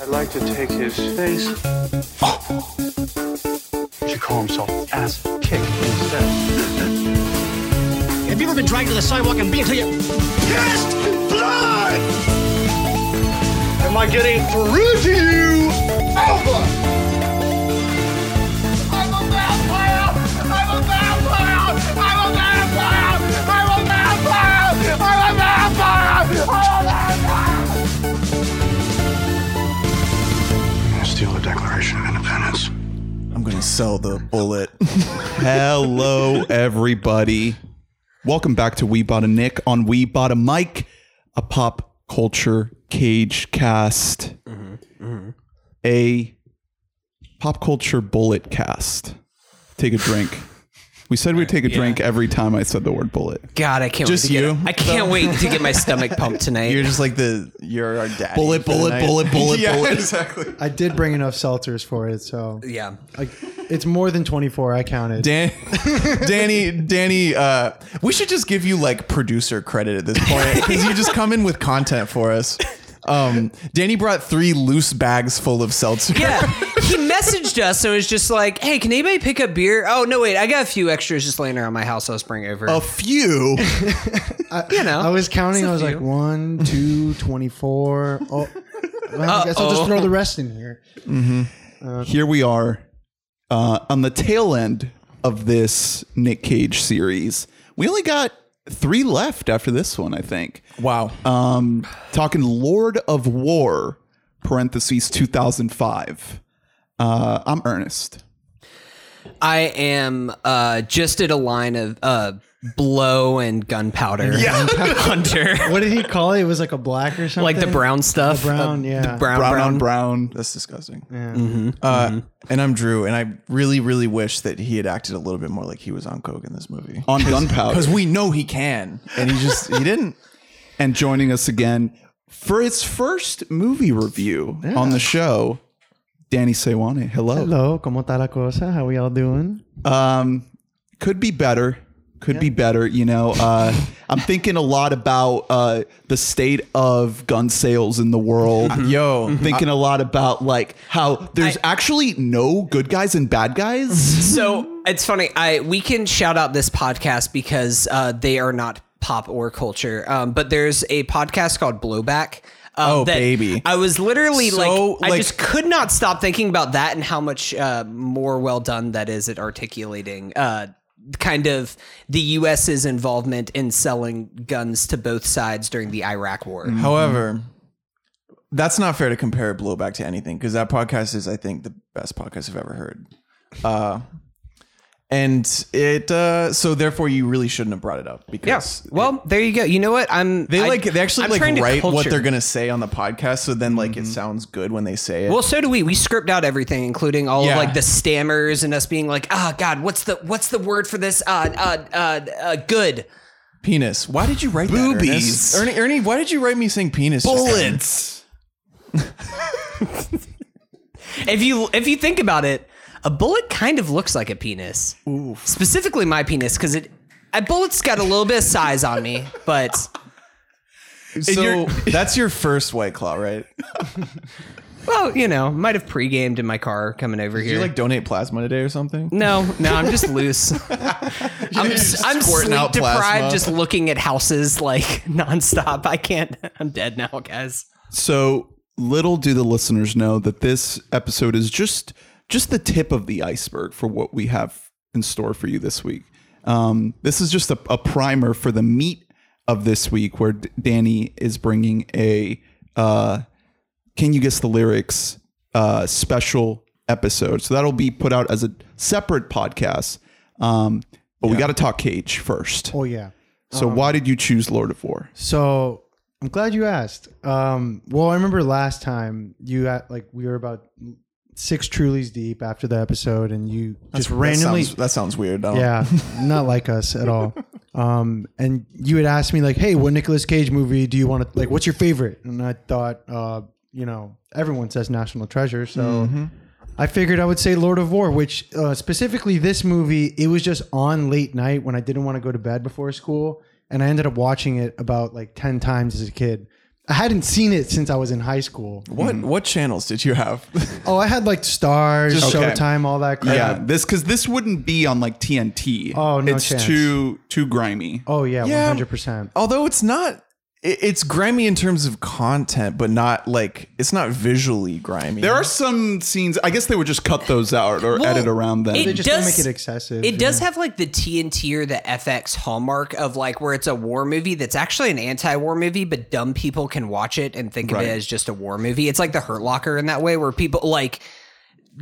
I'd like to take his face. He should call himself ass kick instead. Have you ever been dragged to the sidewalk and beat until you pissed blood? Am I getting through to you? I'm a vampire! I'm a vampire! I'm a vampire! I'm a vampire! I'm a vampire! I'm a vampire! Steal the Declaration of Independence. I'm gonna sell the bullet. Hello, everybody. Welcome back to We Bought a Nick on We Bought a Mic, a pop culture cage cast, Mm-hmm, a pop culture bullet cast. Take a drink. We said we'd take a drink every time I said the word bullet. God, I can't. Just wait to you? Get, I can't wait to get my stomach pumped tonight. You're just like the you're our daddy. Bullet, for the bullet, night. bullet, bullet, yeah, bullet. Exactly. I did bring enough seltzers for it, so yeah. like it's more than 24. I counted. Dan, Danny, Danny. Uh, we should just give you like producer credit at this point because you just come in with content for us. Um, Danny brought three loose bags full of seltzer. Yeah. He messaged us and was just like, hey, can anybody pick up beer? Oh, no, wait. I got a few extras just laying around my house. I'll just bring over. A few. you know. I was counting. It's a I was like few. one, two, 24. Oh, well, I guess I'll just throw the rest in here. Here we are uh, on the tail end of this Nick Cage series. We only got three left after this one, I think. Wow. Uh, um, talking Lord of War, parentheses 2005. Uh, I'm Ernest. I am uh, just at a line of uh, blow and gunpowder. Yeah. Hunter. What did he call it? It was like a black or something. like the brown stuff. The brown, Uh, yeah. The brown, brown, brown. on brown. That's disgusting. Mm-hmm, Uh, And I'm Drew, and I really, really wish that he had acted a little bit more like he was on coke in this movie. On gunpowder. Because we know he can, and he just he didn't. And joining us again for his first movie review on the show, Danny Sewane. Hello. Hello, como está la cosa? How we all doing? Um, could be better. Could be better. You know, uh, I'm thinking a lot about uh, the state of gun sales in the world. Yo, Thinking a lot about like how there's actually no good guys and bad guys. So it's funny. I we can shout out this podcast because uh, they are not pop or culture. Um, but there's a podcast called Blowback. um, Oh, that baby. I was literally So, like, I like- just could not stop thinking about that and how much uh, more well done that is at articulating. Uh, kind of the U.S.'s involvement in selling guns to both sides during the Iraq War. Mm, However, that's not fair to compare Blowback to anything because that podcast is, I think, the best podcast I've ever heard. Uh, and it uh, so therefore you really shouldn't have brought it up because Yes. Well, there you go. You know what? I'm. they I- like they actually I'm trying like to write what culture. Mm-hmm. they're gonna say on the podcast, so then like it sounds good when they say it. Well, so do we. We script out everything, including all Yeah. of like the stammers and us being like, "Ah, God, what's the what's the word for this? Uh, uh, uh, uh good." penis. Why did you write Boobies. that, Ernest? Ernie? Ernie, why did you write me saying penis? just then? If you if you think about it, a bullet kind of looks like a penis. Specifically, my penis, because it a bullet's got a little bit of size on me, but So that's your first white claw, right? well, you know, might have pre-gamed in my car coming over Did here. you like donate plasma today or something? no, no, I'm just loose. I'm, s- I'm squirting sleep out deprived, plasma. just looking at houses like nonstop. I can't. I'm dead now, guys. So little do the listeners know that this episode is just just the tip of the iceberg for what we have in store for you this week. Um, this is just a, a primer for the meat of this week, where D- Danny is bringing a uh, "Can you guess the lyrics?" Uh, special episode. So that'll be put out as a separate podcast. Um, but we got to talk Cage first. Oh yeah. So why did you choose Lord of War? So I'm glad you asked. Um, well, I remember last time you at like we were about six Trulies deep after the episode, and you just randomly That sounds, that sounds weird. I don't- Yeah, not like us at all. Um, and you had asked me like, "Hey, what Nicolas Cage movie do you want to like? What's your favorite?" And I thought, uh, you know, everyone says National Treasure, so I figured I would say Lord of War. Which uh, specifically, this movie, it was just on late night when I didn't want to go to bed before school, and I ended up watching it about like ten times as a kid. I hadn't seen it since I was in high school. What Mm-hmm. what channels did you have? Oh, I had like Stars, Just- okay. Showtime, all that crap. Yeah, this because this wouldn't be on like TNT. Oh, no it's chance. too too grimy. Oh yeah, Yeah. um, Oh, one hundred percent. Although it's not it- it's grimy in terms of content, but not like it's not visually grimy. There are some scenes. I guess they would just cut those out or edit around them. it- They just don't does- make it excessive. It you does know? have like the TNT or the FX hallmark of like where it's a war movie that's actually an anti-war movie, but dumb people can watch it and think Right. of it as just a war movie. It's like the Hurt Locker in that way, where people like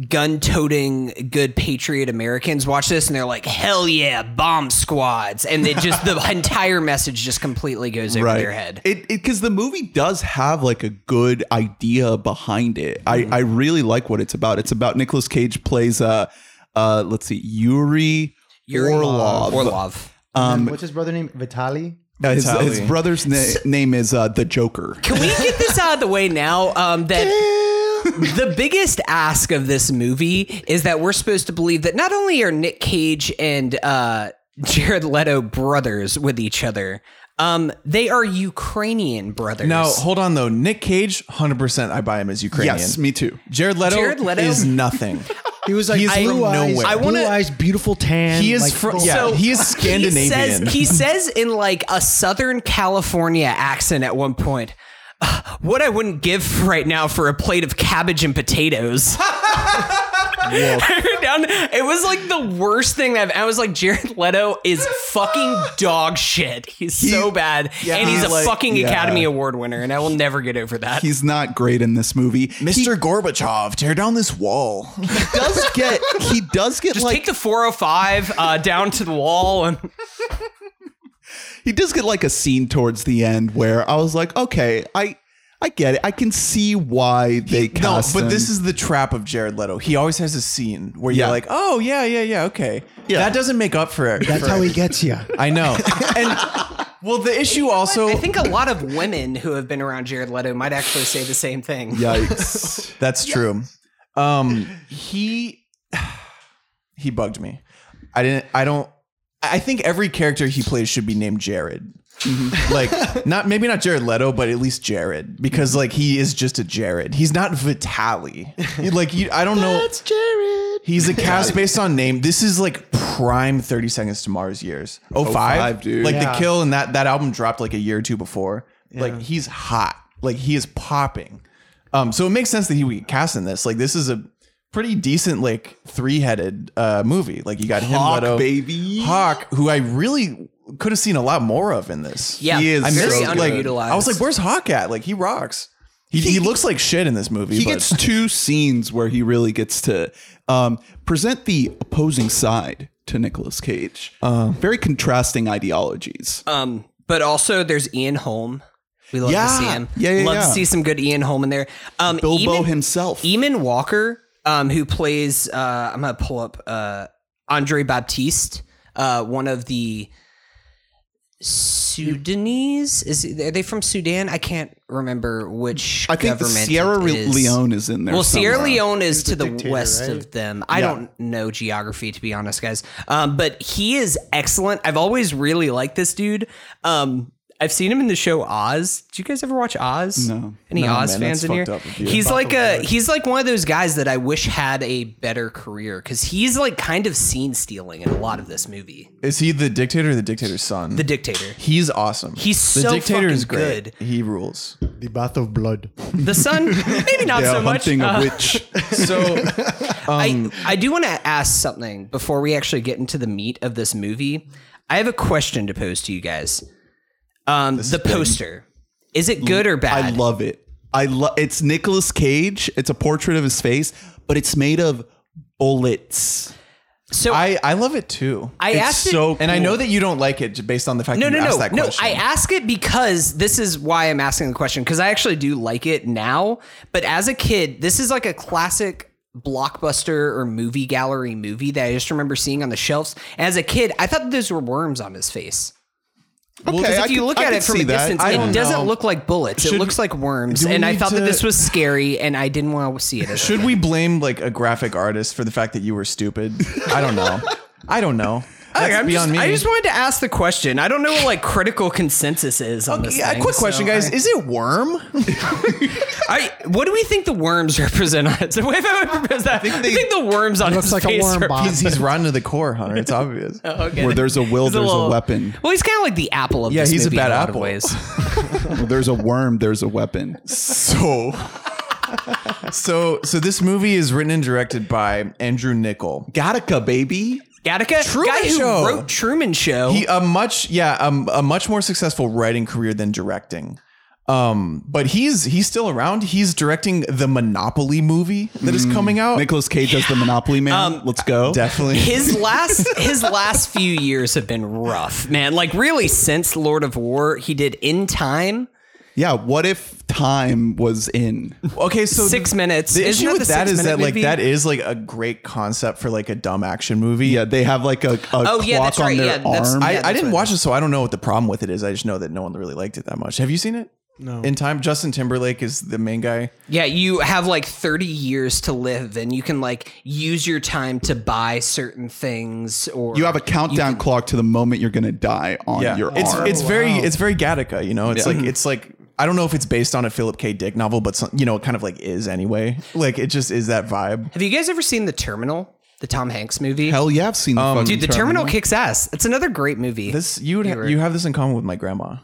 gun-toting good patriot Americans watch this and they're like, "Hell yeah, bomb squads!" And it just the entire message just completely goes over their head. It because the movie does have like a good idea behind it. Mm-hmm. I I really like what it's about. It's about Nicolas Cage plays uh uh let's see Yuri, Orlov. Orlov. Um, What's his brother name? Vitali. Uh, his, Vitali. his brother's na- name is uh the Joker. Can we get this out of the way now? Um, that the biggest ask of this movie is that we're supposed to believe that not only are Nick Cage and uh, Jared Leto brothers with each other, um, they are Ukrainian brothers. now hold on though. Nick Cage, hundred percent I buy him as Ukrainian. Yes, me too. Jared Leto, Jared Leto? is nothing. He was like He's blue from eyes, nowhere. I I want wanna- blue eyes, beautiful tan. He is like, from full- yeah, he is He says, Scandinavian. he says in like a Southern California accent at one point, "Uh, "What I wouldn't give for right now for a plate of cabbage and potatoes." Down- it was like the worst thing that I've, I was like, Jared Leto is fucking dog shit. He's so bad, and he's, he's a like- fucking yeah. Academy Award winner, and I will never get over that. He's not great in this movie. Mr. Gorbachev, tear down this wall. He does get he does get Just like take the 405 uh, down to the wall, and he does get like a scene towards the end where I was like, okay, I I get it. I can see why they No, cast but him. this is the trap of Jared Leto. He always has a scene where Yeah. you're like, "Oh yeah, yeah, yeah, okay." Yeah. That doesn't make up for it. That's for- how he gets you. I know. And well, the issue also I think a lot of women who have been around Jared Leto might actually say the same thing. yikes. that's true. Um, he he bugged me. I didn't. I don't. I think every character he plays should be named Jared. like not maybe not Jared Leto, but at least Jared because like he is just a Jared. He's not Vitali. Like you, I don't know. That's Jared. He's a cast based on name. This is like prime Thirty Seconds to Mars years. Oh five, dude. Like Yeah. the kill and that that album dropped like a year or two before. Like he's hot. Like he is popping. Um, so it makes sense that he would get cast in this. Like this is a pretty decent like three headed uh movie. Like you got Hawk, him, Leto, baby. Hawk, who I really could have seen a lot more of in this. Yeah, He is I missed. very so like, underutilized. I was like, "Where's Hawk at? Like he rocks. He, he, looks like shit in this movie. He but gets two scenes where he really gets to um, present the opposing side to Nicolas Cage. Um, Very contrasting ideologies. Um, but also there's Ian Holm. We love Yeah. to see him. Yeah, yeah, love to yeah. see some good Ian Holm in there. Um, Bilbo Eamon- himself. Eamon Walker, um, who plays, uh, I'm gonna pull up uh, Andre Baptiste, uh, one of the Sudanese. Is are they from Sudan? I can't remember which. I think the government Sierra it is. Leone is in there. Well, Sierra uh, somewhere. Leone is to the dictator, west right? of them. I don't know geography, to be honest, guys. Um, but he is excellent. I've always really liked this dude. Um, I've seen him in the show Oz. Did you guys ever watch Oz? No. Any No, Oz man, fans that's in here? fucked up of you. He's like a he's like one of those guys that I wish had a better career because he's like kind of scene stealing in a lot of this movie. is he the dictator or the dictator's son? The Dictator. he's awesome. He's the so dictator is fucking great. He rules. The bath of blood. The son, maybe not Yeah, so much. hunting Uh, a witch. So I, I do want to ask something before we actually get into the meat of this movie. I have a question to pose to you guys. Um, the poster. Is it good or bad? I love it. I love it's Nicolas Cage. It's a portrait of his face, but it's made of bullets. so I, I I love it too. I it's asked it- so and I know that you don't like it based on the fact no, that no, you asked no, that no. question. I ask it because this is why I'm asking the question because I actually do like it now, but as a kid, this is like a classic blockbuster or movie gallery movie that I just remember seeing on the shelves. As a kid, I thought those were worms on his face. Okay, Because if I you can- look I at can it from see a that. distance, I don't it doesn't know. look like bullets. it Should- looks like worms. do we And I need thought that to- this was scary, and I didn't want to see it. as a Should kid. we blame like a graphic artist for the fact that you were stupid? I don't know. I don't know. Okay, I'm beyond just, me. I just wanted to ask the question. I don't know what like critical consensus is on this. Yeah, thing, quick so question, guys. I, Is it worm? I- what do we think the worms represent on its? If I would propose that, I think, they- the worms on looks his like a face worm are- bomb. He's, he's rotten to the core, Hunter. It's obvious. Okay. Where there's a will, He's there's a little- weapon. Well, he's kind of like the apple of Yeah, this he's a movie in bad lot of apple. ways. Where there's a worm, there's a weapon. So, so, so this movie is written and directed by Andrew Nichol. Gattaca, baby. Gattaca, Truman guy who Show. wrote Truman Show. He a much yeah um, a much more successful writing career than directing. Um, but he's he's still around. He's directing the Monopoly movie that is coming out. Nicholas Cage as the Monopoly Man. Let's go. Definitely. Um, his last his last few years have been rough, man. Like really, since Lord of War, he did In Time, yeah. What if time was in? okay, so Six Minutes. The Isn't issue that with the that Six is Minute that like movie? that is like a great concept for like a dumb action movie. Yeah, they have like a, a Oh, clock yeah, that's on right. their Yeah, that's- arm. yeah. I, I didn't what I watch it, so I don't know what the problem with it is. I just know that no one really liked it that much. Have you seen it? No. In time, Justin Timberlake is the main guy. Yeah, you have like 30 years to live and you can like use your time to buy certain things or you have a countdown clock to the moment you're gonna die on Yeah, your it's arm. it's very it's very Gattaca. You know, it's Yeah. like it's like I don't know if it's based on a Philip K. Dick novel, but some, you know, it kind of like is anyway. Like it just is that vibe. Have you guys ever seen The Terminal? The Tom Hanks movie? hell yeah. I've seen the Um, fucking Dude, The Terminal kicks ass. It's another great movie. This you would ha- you have this in common with my grandma.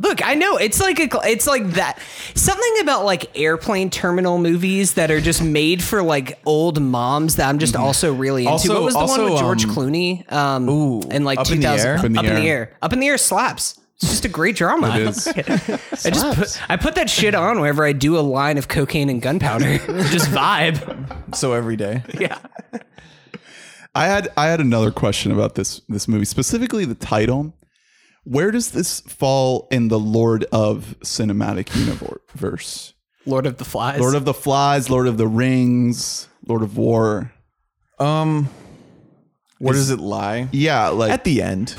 Look, I know it's like a, cl- it's like that something about like airplane terminal movies that are just made for like old moms that I'm just also really into. Also- what was the one also, with George um, Clooney? Um, ooh, in like Up in the 2000, Air? up in the air, up in the air slaps. It's just a great drama. It is. I just put, I put that shit on whenever I do a line of cocaine and gunpowder. just vibe. So every day, Yeah. I had I had another question about this this movie specifically the title. Where does this fall in the Lord of cinematic universe? Lord of the Flies. Lord of the Flies, Lord of the Rings, Lord of War. um, where does it lie? Yeah, like At the end,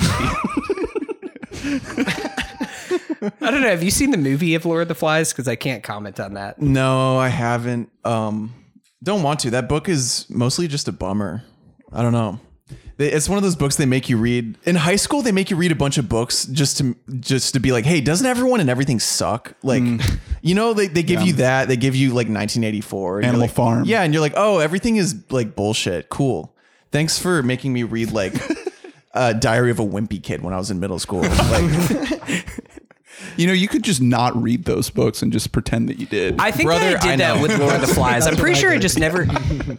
I don't know. Have you seen the movie of Lord of the Flies? Because I can't comment on that. no, I haven't. Um, don't want to. That book is mostly just a bummer. I don't know. They- It's one of those books they make you read in high school. They make you read a bunch of books just to just to be like, hey, doesn't everyone and everything suck? Like, Mm. you know, they, they give you that. They give you like 1984, and you're Animal like- Farm. Yeah, and you're like, oh, everything is like bullshit. Cool. Thanks for making me read like uh, Diary of a Wimpy Kid when I was in middle school. Like, you know, you could just not read those books and just pretend that you did. I think Brother, that I did I that know. with Lord of the Flies. I'm pretty sure I just never.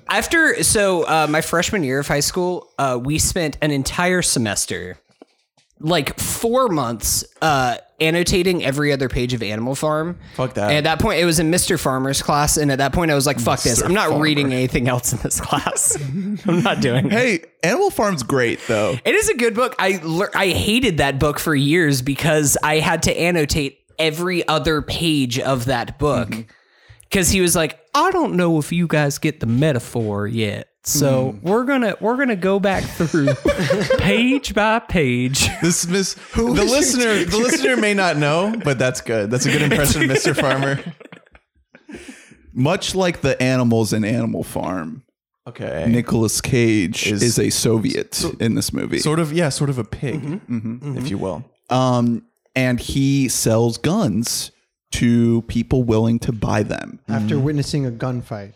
After so, uh, my freshman year of high school, uh, we spent an entire semester, like four months, uh, annotating every other page of Animal Farm. Fuck that. And at that point, it was in Mr. Farmer's class, and at that point, I was like, "Fuck this! I'm not reading anything else in this class. I'm not doing." it. hey, Animal Farm's great though. It is a good book. I lear- I hated that book for years because I had to annotate every other page of that book because he was like, I don't know if you guys get the metaphor yet, so we're gonna we're gonna go back through page by page. this miss the listener the listener may not know, but that's good. That's a good impression of Mr. Farmer. Much like the animals in Animal Farm, Okay. Nicolas Cage is, Is- a Soviet in this movie. Mm-hmm. sort of yeah, sort of a pig, if you will. um, and he sells guns to people willing to buy them. After witnessing a gunfight,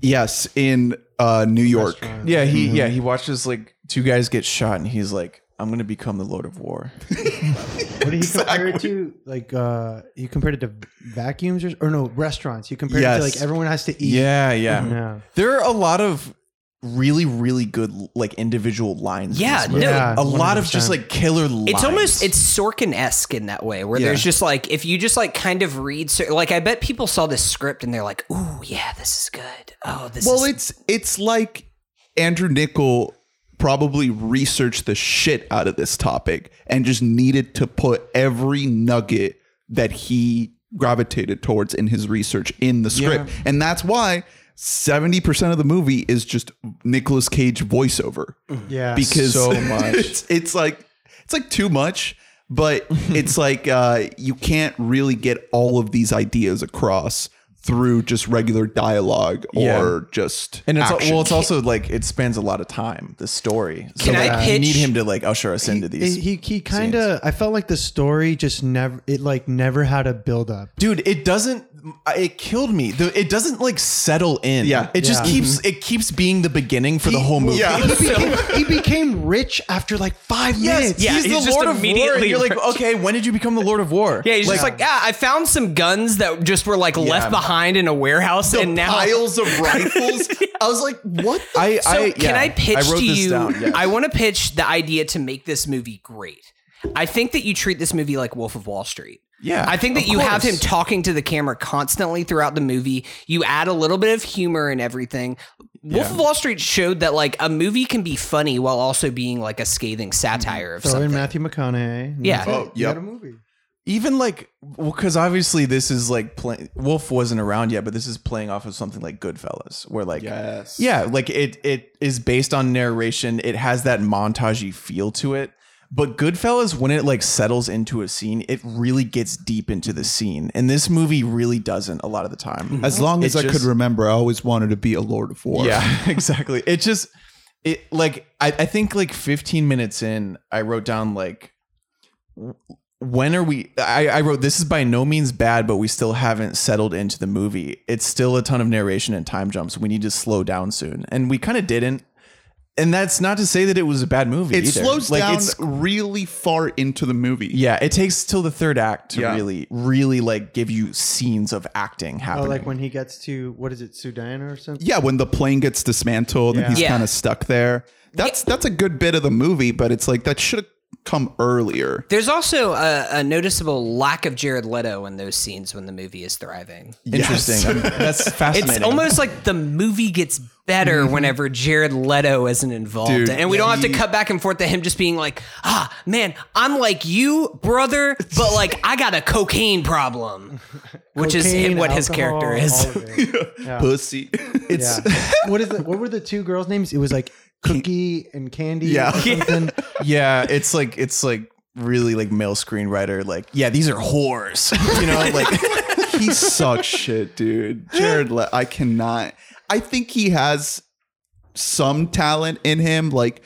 Yes, in uh, New York. Yeah, he yeah, he watches like two guys get shot and he's like, I'm gonna become the Lord of War. what did he compare it to? Like, uh, you compared it to vacuums or, or no restaurants? You compared it to Yes. like everyone has to eat. Yeah, yeah. Yeah. There are a lot of really, really good like individual lines. in Yeah, this movie. no. a lot of just 100%. like killer lines. It's almost it's Sorkin esque in that way, where there's just like if you just like kind of read, cer- like I bet people saw this script and they're like, "Ooh, yeah, this is good. Oh, this Well, is it's it's like Andrew Nichol probably researched the shit out of this topic and just needed to put every nugget that he gravitated towards in his research in the script. And that's why 70% of the movie is just Nicolas Cage voiceover Mm-hmm. Yeah. because So much. it's, it's like it's like too much but it's like uh, you can't really get all of these ideas across through just regular dialogue or Yeah. just And it's al- action. well, it's also like it spans a lot of time. The story. So Can I like, you pitch- need him to like usher us into these. He he kind of I felt like the story just never it like never had a build up. Dude, it doesn't. It killed me. The- It doesn't like settle in. Yeah. it just Yeah. keeps. Mm-hmm. It keeps being the beginning for the whole movie. yeah. He became, he became rich after like five minutes. Yeah, he's, he's the just Lord of War. and immediately You're like, rich. okay, when did you become the Lord of War? Yeah, he's just like, yeah, I found some guns that just were like left behind in a warehouse, the and now piles of rifles. I was like, what? The I, So I, can yeah, I pitch I wrote to this you? Down, yes. I want to pitch the idea to make this movie great. I think that you treat this movie like Wolf of Wall Street. Yeah, I think that Uh, of you have him course. talking to the camera constantly throughout the movie. You add a little bit of humor and everything. Wolf of Wall Street showed that like a movie can be funny while also being like a scathing satire of Throw in something. Matthew McConaughey. and Yeah. that's it. Oh, You yep. got a movie. even like because obviously this is like play, Wolf wasn't around yet, but this is playing off of something like Goodfellas, where like Yes. yeah, like it it is based on narration. It has that montagey feel to it. But Goodfellas, when it like settles into a scene, it really gets deep into the scene, and this movie really doesn't a lot of the time. As long as It I just- could remember, I always wanted to be a Lord of War. Yeah, exactly. It just it like I, I think like 15 minutes in, I wrote down like w- when are we I, I wrote this is by no means bad, but we still haven't settled into the movie. It's still a ton of narration and time jumps. We need to slow down soon. And we kind of didn't. And that's not to say that it was a bad movie. It either. slows like down it's really far into the movie. yeah, it takes till the third act to Yeah. really, really like give you scenes of acting Oh, happening. like when he gets to what is it, Sudan or something? yeah, when the plane gets dismantled and he's Yeah. kind of stuck there. That's that's a good bit of the movie, but it's like that should have come earlier. There's also a, a noticeable lack of Jared Leto in those scenes when the movie is thriving. Interesting. I'm- That's fascinating. It's almost like the movie gets better whenever Jared Leto isn't involved, Mm-hmm. Dude, and we don't have to he- cut back and forth to him just being like, "Ah, man, I'm like you, brother, but like I got a cocaine problem," which is Cocaine, what his alcohol, character all is. of it. Pussy. Yeah. what is it? What were the two girls' names? It was like Cookie and Candy. Yeah. Or something. yeah, it's like it's like really like male screenwriter. Like, yeah, these are whores. You know, like he sucks Oh, shit, dude. Jared, Le- I cannot. I think he has some talent in him. Like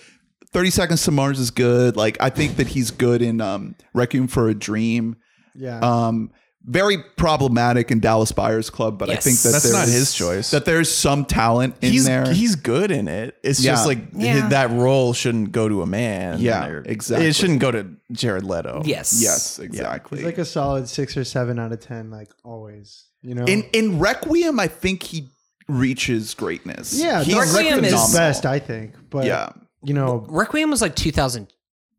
Thirty Seconds to Mars is good. Like I think that he's good in um, Requiem for a Dream. Yeah. Um, very problematic in Dallas Buyers Club, but I Yes. think that That's not there's- his choice. That there's some talent in he's there. he's good in it. It's just Yeah. like Yeah. hi- that role shouldn't go to a man. Yeah, or- exactly. It shouldn't go to Jared Leto. Yes. yes, exactly. It's like a solid six or seven out of ten, like always. You know. in in Requiem, I think he reaches greatness. yeah, he's Dark Requiem Requiem is is- best, I think. But Yeah. you know, Requiem was like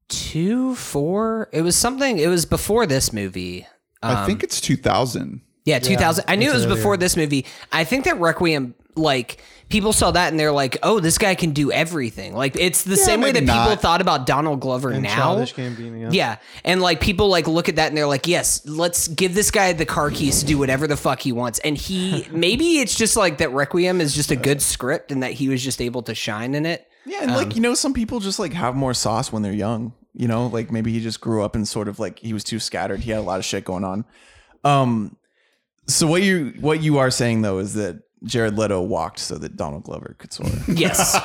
2002, four. It was something. It was before this movie. I Um, think it's two thousand. Yeah, 2000. I knew it was before this movie. I think that Requiem, like, people saw that and they're like, oh, this guy can do everything. Like, it's the same way that maybe people not. thought about Donald Glover now. Childish Gambino. Yeah. And like people like look at that and they're like, yes, let's give this guy the car keys to do whatever the fuck he wants. And he maybe it's just like that Requiem is just a good script and that he was just able to shine in it. Yeah, and Um, like you know, some people just like have more sauce when they're young. You know, like maybe he just grew up and sort of like he was too scattered. He had a lot of shit going on. Um, so what you what you are saying though is that Jared Leto walked so that Donald Glover could soar. Yes.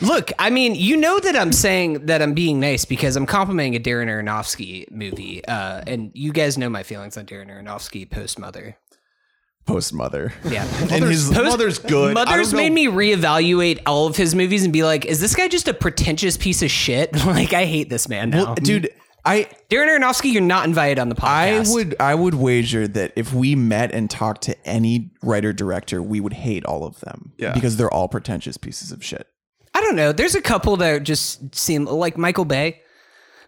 Look, I mean, you know that I'm saying that I'm being nice because I'm complimenting a Darren Aronofsky movie. Uh, and you guys know my feelings on Darren Aronofsky post Mother. Post mother. Yeah. and his Post- Mother's good. I Mother's don't know- made me reevaluate all of his movies and be like, is this guy just a pretentious piece of shit? Like, I hate this man now. Well, dude, I Darren Aronofsky, you're not invited on the I podcast. would I would wager that if we met and talked to any writer director, we would hate all of them. Yeah. Because they're all pretentious pieces of shit. I don't know. There's a couple that just seem like Michael Bay.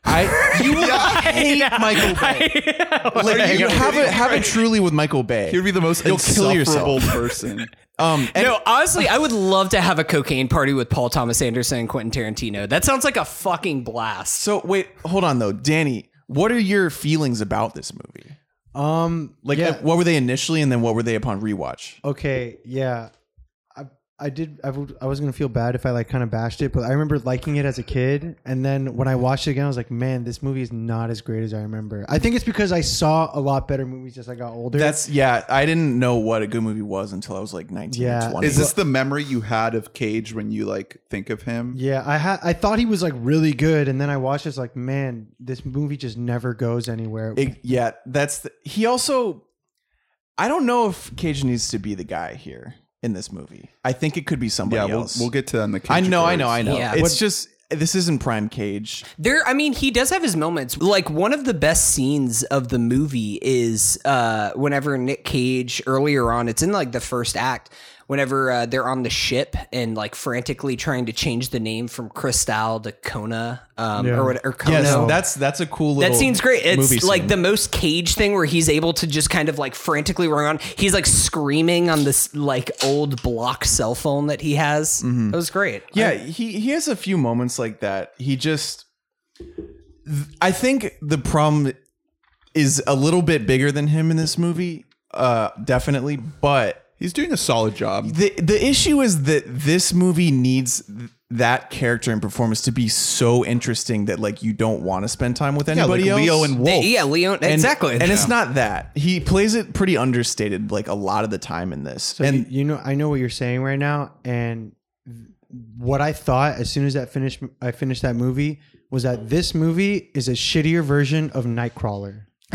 I you would hate Michael Bay. Like you have it have it truly with Michael Bay. He'd be the most You'll kill insufferable yourself. person. Um and No, honestly, I would love to have a cocaine party with Paul Thomas Anderson and Quentin Tarantino. That sounds like a fucking blast. so wait, hold on though. Danny, what are your feelings about this movie? Um. Like yeah. uh, what were they initially and then what were they upon rewatch? okay. Yeah. I, I did. I, would, I was gonna feel bad if I like kind of bashed it, but I remember liking it as a kid, and then when I watched it again, I was like, "Man, this movie is not as great as I remember." I think it's because I saw a lot better movies as I got older. That's yeah. I didn't know what a good movie was until I was like nineteen. Yeah. or 20. Is this the memory you had of Cage when you like think of him? yeah. I had I thought he was like really good, and then I watched it, it's like, "Man, this movie just never goes anywhere." It- yeah, that's the, he also. I don't know if Cage needs to be the guy here in this movie. I think it could be somebody Yeah, we'll, else. we'll get to that in the Cage. I know, I regards. know, I know. Yeah. It's What- just this isn't prime Cage. There, I mean, he does have his moments. Like one of the best scenes of the movie is uh, whenever Nick Cage earlier on. It's in like the first act. Whenever uh, they're on the ship and like frantically trying to change the name from Cristal to Kona um, Yeah. or what, or Kona. Yes, that's that's a cool little. That scene's great. movie It's like scene. the most Cage thing where he's able to just kind of like frantically run around. He's like screaming on this like old block cell phone that he has. That was great. Mm-hmm. Yeah, he he has a few moments like that. He just th- I think the problem is a little bit bigger than him in this movie, uh definitely, but He's doing a solid job. the the issue is that this movie needs th- that character and performance to be so interesting that like you don't want to spend time with Yeah, like anybody else. Leo and Wolf. yeah, Leon. And- exactly. And it's not that. He plays it pretty understated like a lot of the time in this. and and you, know i know what you're saying right now and what i thought as soon as that finished i finished that movie was that this movie is a shittier version of nightcrawler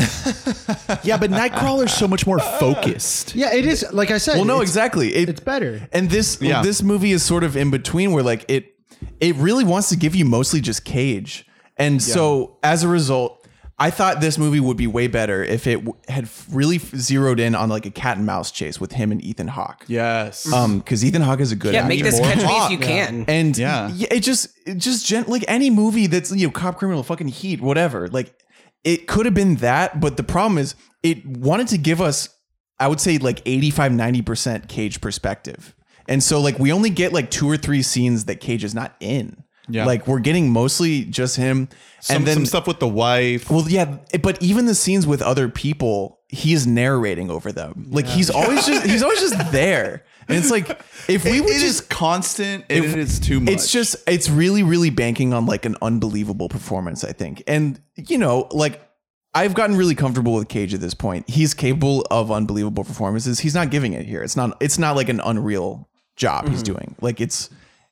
yeah, but Nightcrawler's so much more focused. yeah it is like i said well, no, it's, exactly. It- it's better And this Yeah. this movie is sort of in between where like it it really wants to give you mostly just Cage. And so as a result, I thought this movie would be way better if it w- had f- really f- zeroed in on like a cat and mouse chase with him and Ethan Hawke. Yes. Um cuz Ethan Hawke is a good yeah, make actor. this more catch me if plot, you can. and Yeah. yeah. it just it just gen- like any movie that's you know cop criminal fucking heat whatever like it could have been that but the problem is it wanted to give us i would say like 85 90% cage perspective and so like we only get like two or three scenes that cage is not in Yeah. like we're getting mostly just him some, and then some stuff with the wife. well, yeah, but even the scenes with other people, he's narrating over them. Like he's always just he's always just there, and it's like if we It- would it just is constant. and it is too much. it's just it's really really banking on like an unbelievable performance, I think. And you know, like I've gotten really comfortable with Cage at this point. He's capable of unbelievable performances. He's not giving it here. It's not it's not like an unreal job he's Mm-hmm. doing. Like it's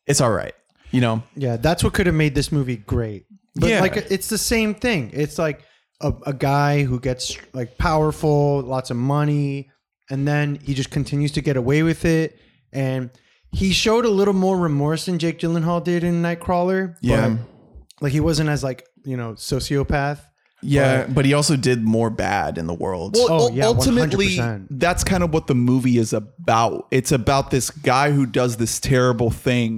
it's all right. You know. yeah that's what could have made this movie great but Yeah. like it's the same thing it's like a, a guy who gets like powerful lots of money and then he just continues to get away with it and he showed a little more remorse than Jake Gyllenhaal did in Nightcrawler. but Yeah. like he wasn't as like you know sociopath Yeah, but he also did more bad in the world. Well, Oh, ul- yeah, ultimately, 100%. that's kind of what the movie is about. It's about this guy who does this terrible thing,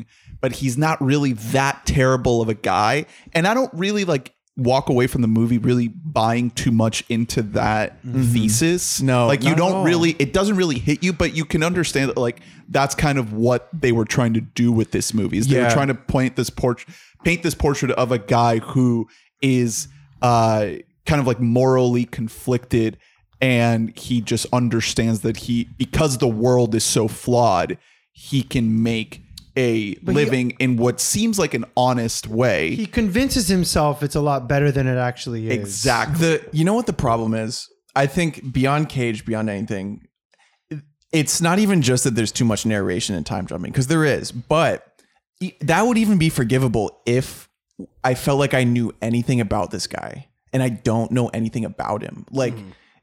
but he's not really that terrible of a guy. And I don't really like walk away from the movie really buying too much into that thesis. Mm-hmm. No, like you not at don't all. really, it doesn't really hit you, but you can understand that like that's kind of what they were trying to do with this movie. Is they were Yeah. trying to paint this portrait, paint this portrait of a guy who is uh, kind of like morally conflicted, and he just understands that he because the world is so flawed, he can make a living in what seems like an honest way. he convinces himself it's a lot better than it actually is exactly. The you know what the problem is? I think beyond Cage, beyond anything, it's not even just that there's too much narration and time jumping because there is, but e- that would even be forgivable if I felt like I knew anything about this guy and I don't know anything about him. Like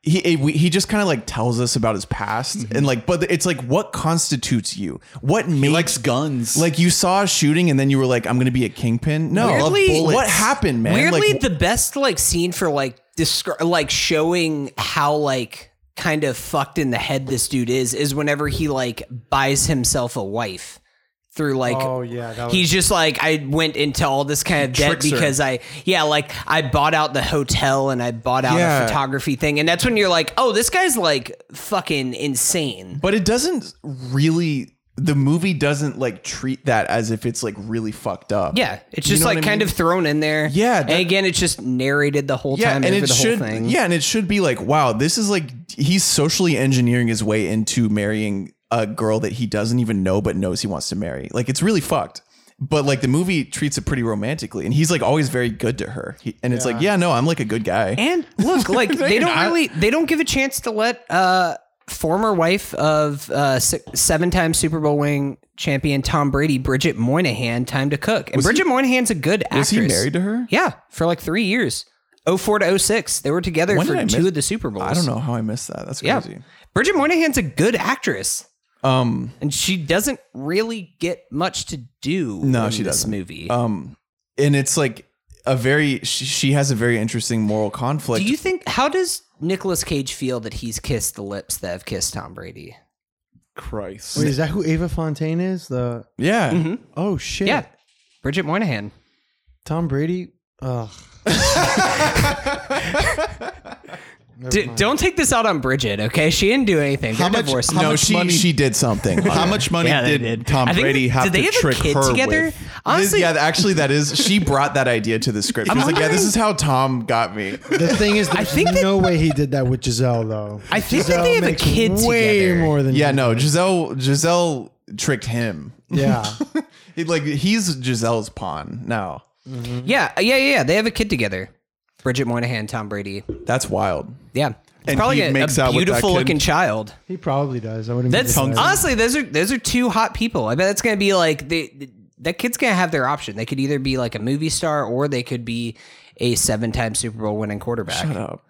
he it- we- he just kind of like tells us about his past and like, but it's like what constitutes you? What makes likes guns. like you saw a shooting and then you were like, I'm gonna be a kingpin. No, Weirdly- Love bullets. what happened, man? Weirdly, like, the best like scene for like descri- like showing how like kind of fucked in the head this dude is is whenever he like buys himself a wife through like oh yeah that was, He's just like I went into all this kind of debt tricks her. because I yeah like I bought out the hotel and I bought out Yeah. a photography thing and that's when you're like oh this guy's like fucking insane But it doesn't really. The movie doesn't like treat that as if it's like really fucked up. yeah it's You just know what like I kind mean? of thrown in there Yeah, that- and again it's just narrated the whole yeah, time and over it the should whole thing yeah, and it should be like wow, this is like he's socially engineering his way into marrying a girl that he doesn't even know but knows he wants to marry. Like it's really fucked. But like the movie treats it pretty romantically, and he's like always very good to her. He, and it's like, yeah, no, I'm like a good guy. And look, like they don't not. really they don't give a chance to let uh former wife of uh si seven-time Super Bowl winning champion Tom Brady, Bridget Moynihan, time to cook. And Bridget Moynihan's a good actress. Was he married to her? Yeah, for like 3 years. 04 to 06. They were together When for did I two miss- of the Super Bowls. I don't know how I missed that. That's Yeah. crazy. Bridget Moynihan's a good actress. Um, And she doesn't really get much to do No, in she this doesn't. movie. um, and it's like a very she, she has a very interesting moral conflict. Do you think how does Nicolas Cage feel that he's kissed the lips that have kissed Tom Brady? Christ. Wait, is that who Ava Fontaine is? The yeah, Mm-hmm. oh shit, Yeah. Bridget Moynihan. Tom Brady. Ugh. D- don't take this out on Bridget, okay? She didn't do anything. They're How much- divorced. how no, much she money- she did something. How much money Yeah, they did, did. Tom I think- Brady have did they to have a trick kid her together? with? Honestly, yeah, actually, that is she brought that idea to the script. She was like, yeah, this is how Tom got me. The thing is, there's think that- no way he did that with Giselle though. I think that they have a makes kid way together. more than Yeah, no, Giselle Giselle tricked him. yeah. He- like he's Giselle's pawn now. yeah, yeah, yeah, yeah. They have a kid together. Bridget Moynihan, Tom Brady. That's wild. Yeah. It's And probably he a, a makes out with that beautiful kid? looking child. He probably does. I wouldn't. be That's surprised. honestly, those are those are two hot people. I bet that's gonna be like they, that kid's gonna have their option. They could either be like a movie star or they could be a seven time Super Bowl winning quarterback. Shut up.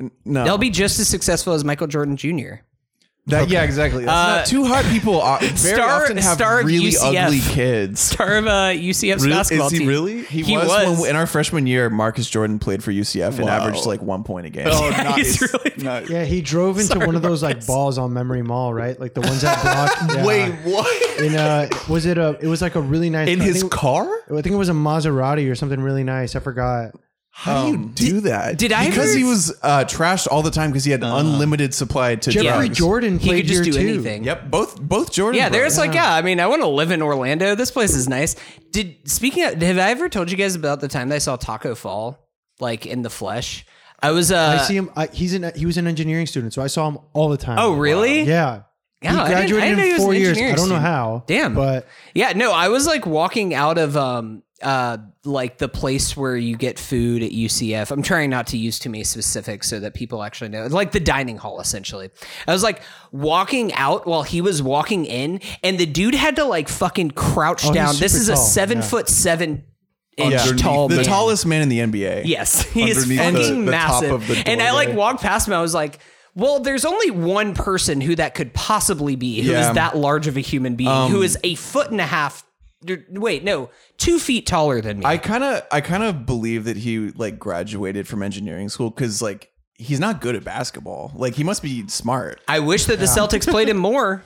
uh, N- No, They'll be just as successful as Michael Jordan Jr. that, yeah, exactly. That's not- two hot people are, very Uh, star- often have star of really UCF. ugly kids. Star of uh, UCF's basketball Is he team. really? He, He was, was. When, in our freshman year. Marcus Jordan played for UCF and Wow. averaged like one point a game. Oh, he's nice. really- nice. Yeah, he drove into one of those like balls on Memory Mall, right? Like the ones that block. Yeah. Wait, what? In uh, was it a? It was like a really nice. In I his think- car? I think it was a Maserati or something really nice. I forgot. How Um, do you do that? Did I because ever- he was uh, trashed all the time because he had Uh-huh. unlimited supply to Jeffrey drugs. Jordan He played could just do here too. anything. Yep, both both Jordan. Yeah, brothers. there's like yeah. I mean, I want to live in Orlando. This place is nice. Did speaking of, have I ever told you guys about the time that I saw Taco Fall like in the flesh? I was uh. I see him. I, he's an he was an engineering student, so I saw him all the time. Oh really? Yeah. Yeah, I didn't- I he graduated didn't know he in was four an years. I engineering don't know student. how. Damn. But Yeah, no, I was like walking out of um uh like the place where you get food at UCF. I'm trying not to use too many specifics so that people actually know. Like the dining hall essentially. I was like walking out while he was walking in and the dude had to like fucking crouch Oh, he's down. This super is a tall, 7 yeah. foot 7 inch Yeah. tall the man. tallest man in the NBA. Yes, he is Underneath fucking the- the top massive. of the and I like doorway. walked past him. I was like, well, there's only one person who that could possibly be who is Yeah. that large of a human being Um, who is a foot and a half. er, Wait, no, two feet taller than me. I kind of I kind of believe that he like graduated from engineering school because like he's not good at basketball. Like he must be smart. I wish that the Celtics played him more.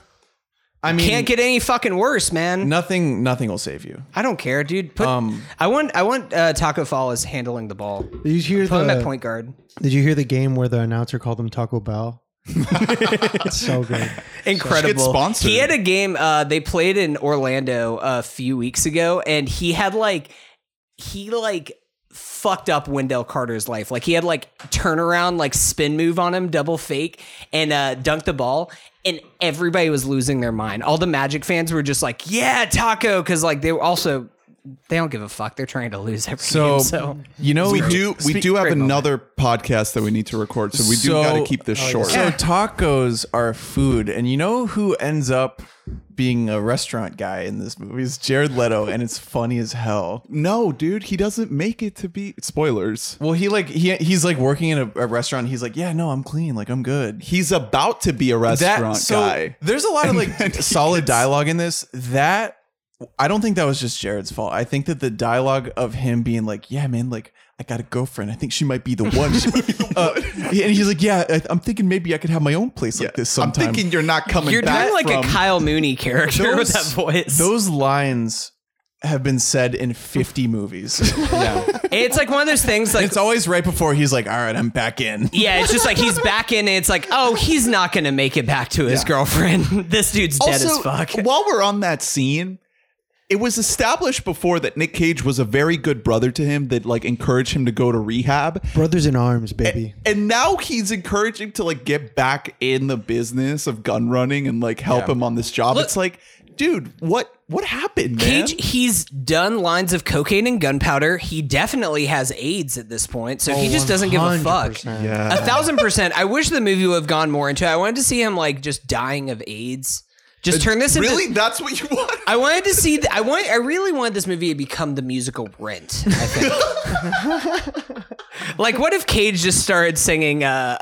I mean, Can't get any fucking worse, man. nothing. Nothing will save you. I don't care, dude. Put, um, I want I want uh, Taco Fall is handling the ball. did you hear Put him uh, at the point guard. Did you hear the game where the announcer called him Taco Bell? it's so good. Incredible. Get sponsored. He had a game. Uh, they played in Orlando uh, a few weeks ago, and he had like he like fucked up Wendell Carter's life. Like he had like turnaround, like spin move on him, double fake, and uh, dunked the ball. And everybody was losing their mind. All the Magic fans were just like, "Yeah, Taco," because like they were also they don't give a fuck. They're trying to lose every So, game. So you know We do we speak- do have moment. another podcast that we need to record, so we do So- got to keep oh, this short. So tacos are food, and you know who ends up being a restaurant guy in this movie is Jared Leto, and it's funny as hell. No, dude, he doesn't make it to be spoilers. Well, he like he he's like working in a, a restaurant. He's like, yeah, no, I'm clean, like I'm good. He's about to be a That- restaurant so guy. There's a lot of like he solid dialogue in this. That I don't think that was just Jared's fault. I think that the dialogue of him being like, "Yeah, man, like I got a girlfriend. I think she might be the one." Uh, and he's like, "Yeah, I, I'm thinking maybe I could have my own place like this I'm sometime." thinking you're not coming you're back doing like a from- Kyle Mooney character with Those- that voice. Those lines have been said in 50 movies. yeah. it's like one of those things like It's always right before he's like, "All right, I'm back in." Yeah, it's just like he's back in, and it's like, oh, he's not gonna make it back to his girlfriend. this dude's dead as fuck. While we're on that scene, it was established before that Nick Cage was a very good brother to him that like encouraged him to go to rehab. Brothers in Eh, arms, baby. And now he's encouraging to like get back in the business of gun running and like help him on this job. Look- it's like, dude, what what happened, man? Cage, he's done lines of cocaine and gunpowder. He definitely has AIDS at this point, so he just doesn't give a fuck. Oh, 100%. A thousand percent. I wish the movie would have gone more into it. I wanted to see him like just dying of AIDS. Just turn this into. really? That's what you want? I wanted to see. th- I want. I really wanted this movie to become the musical Rent. I think. like, what if Cage just started singing uh,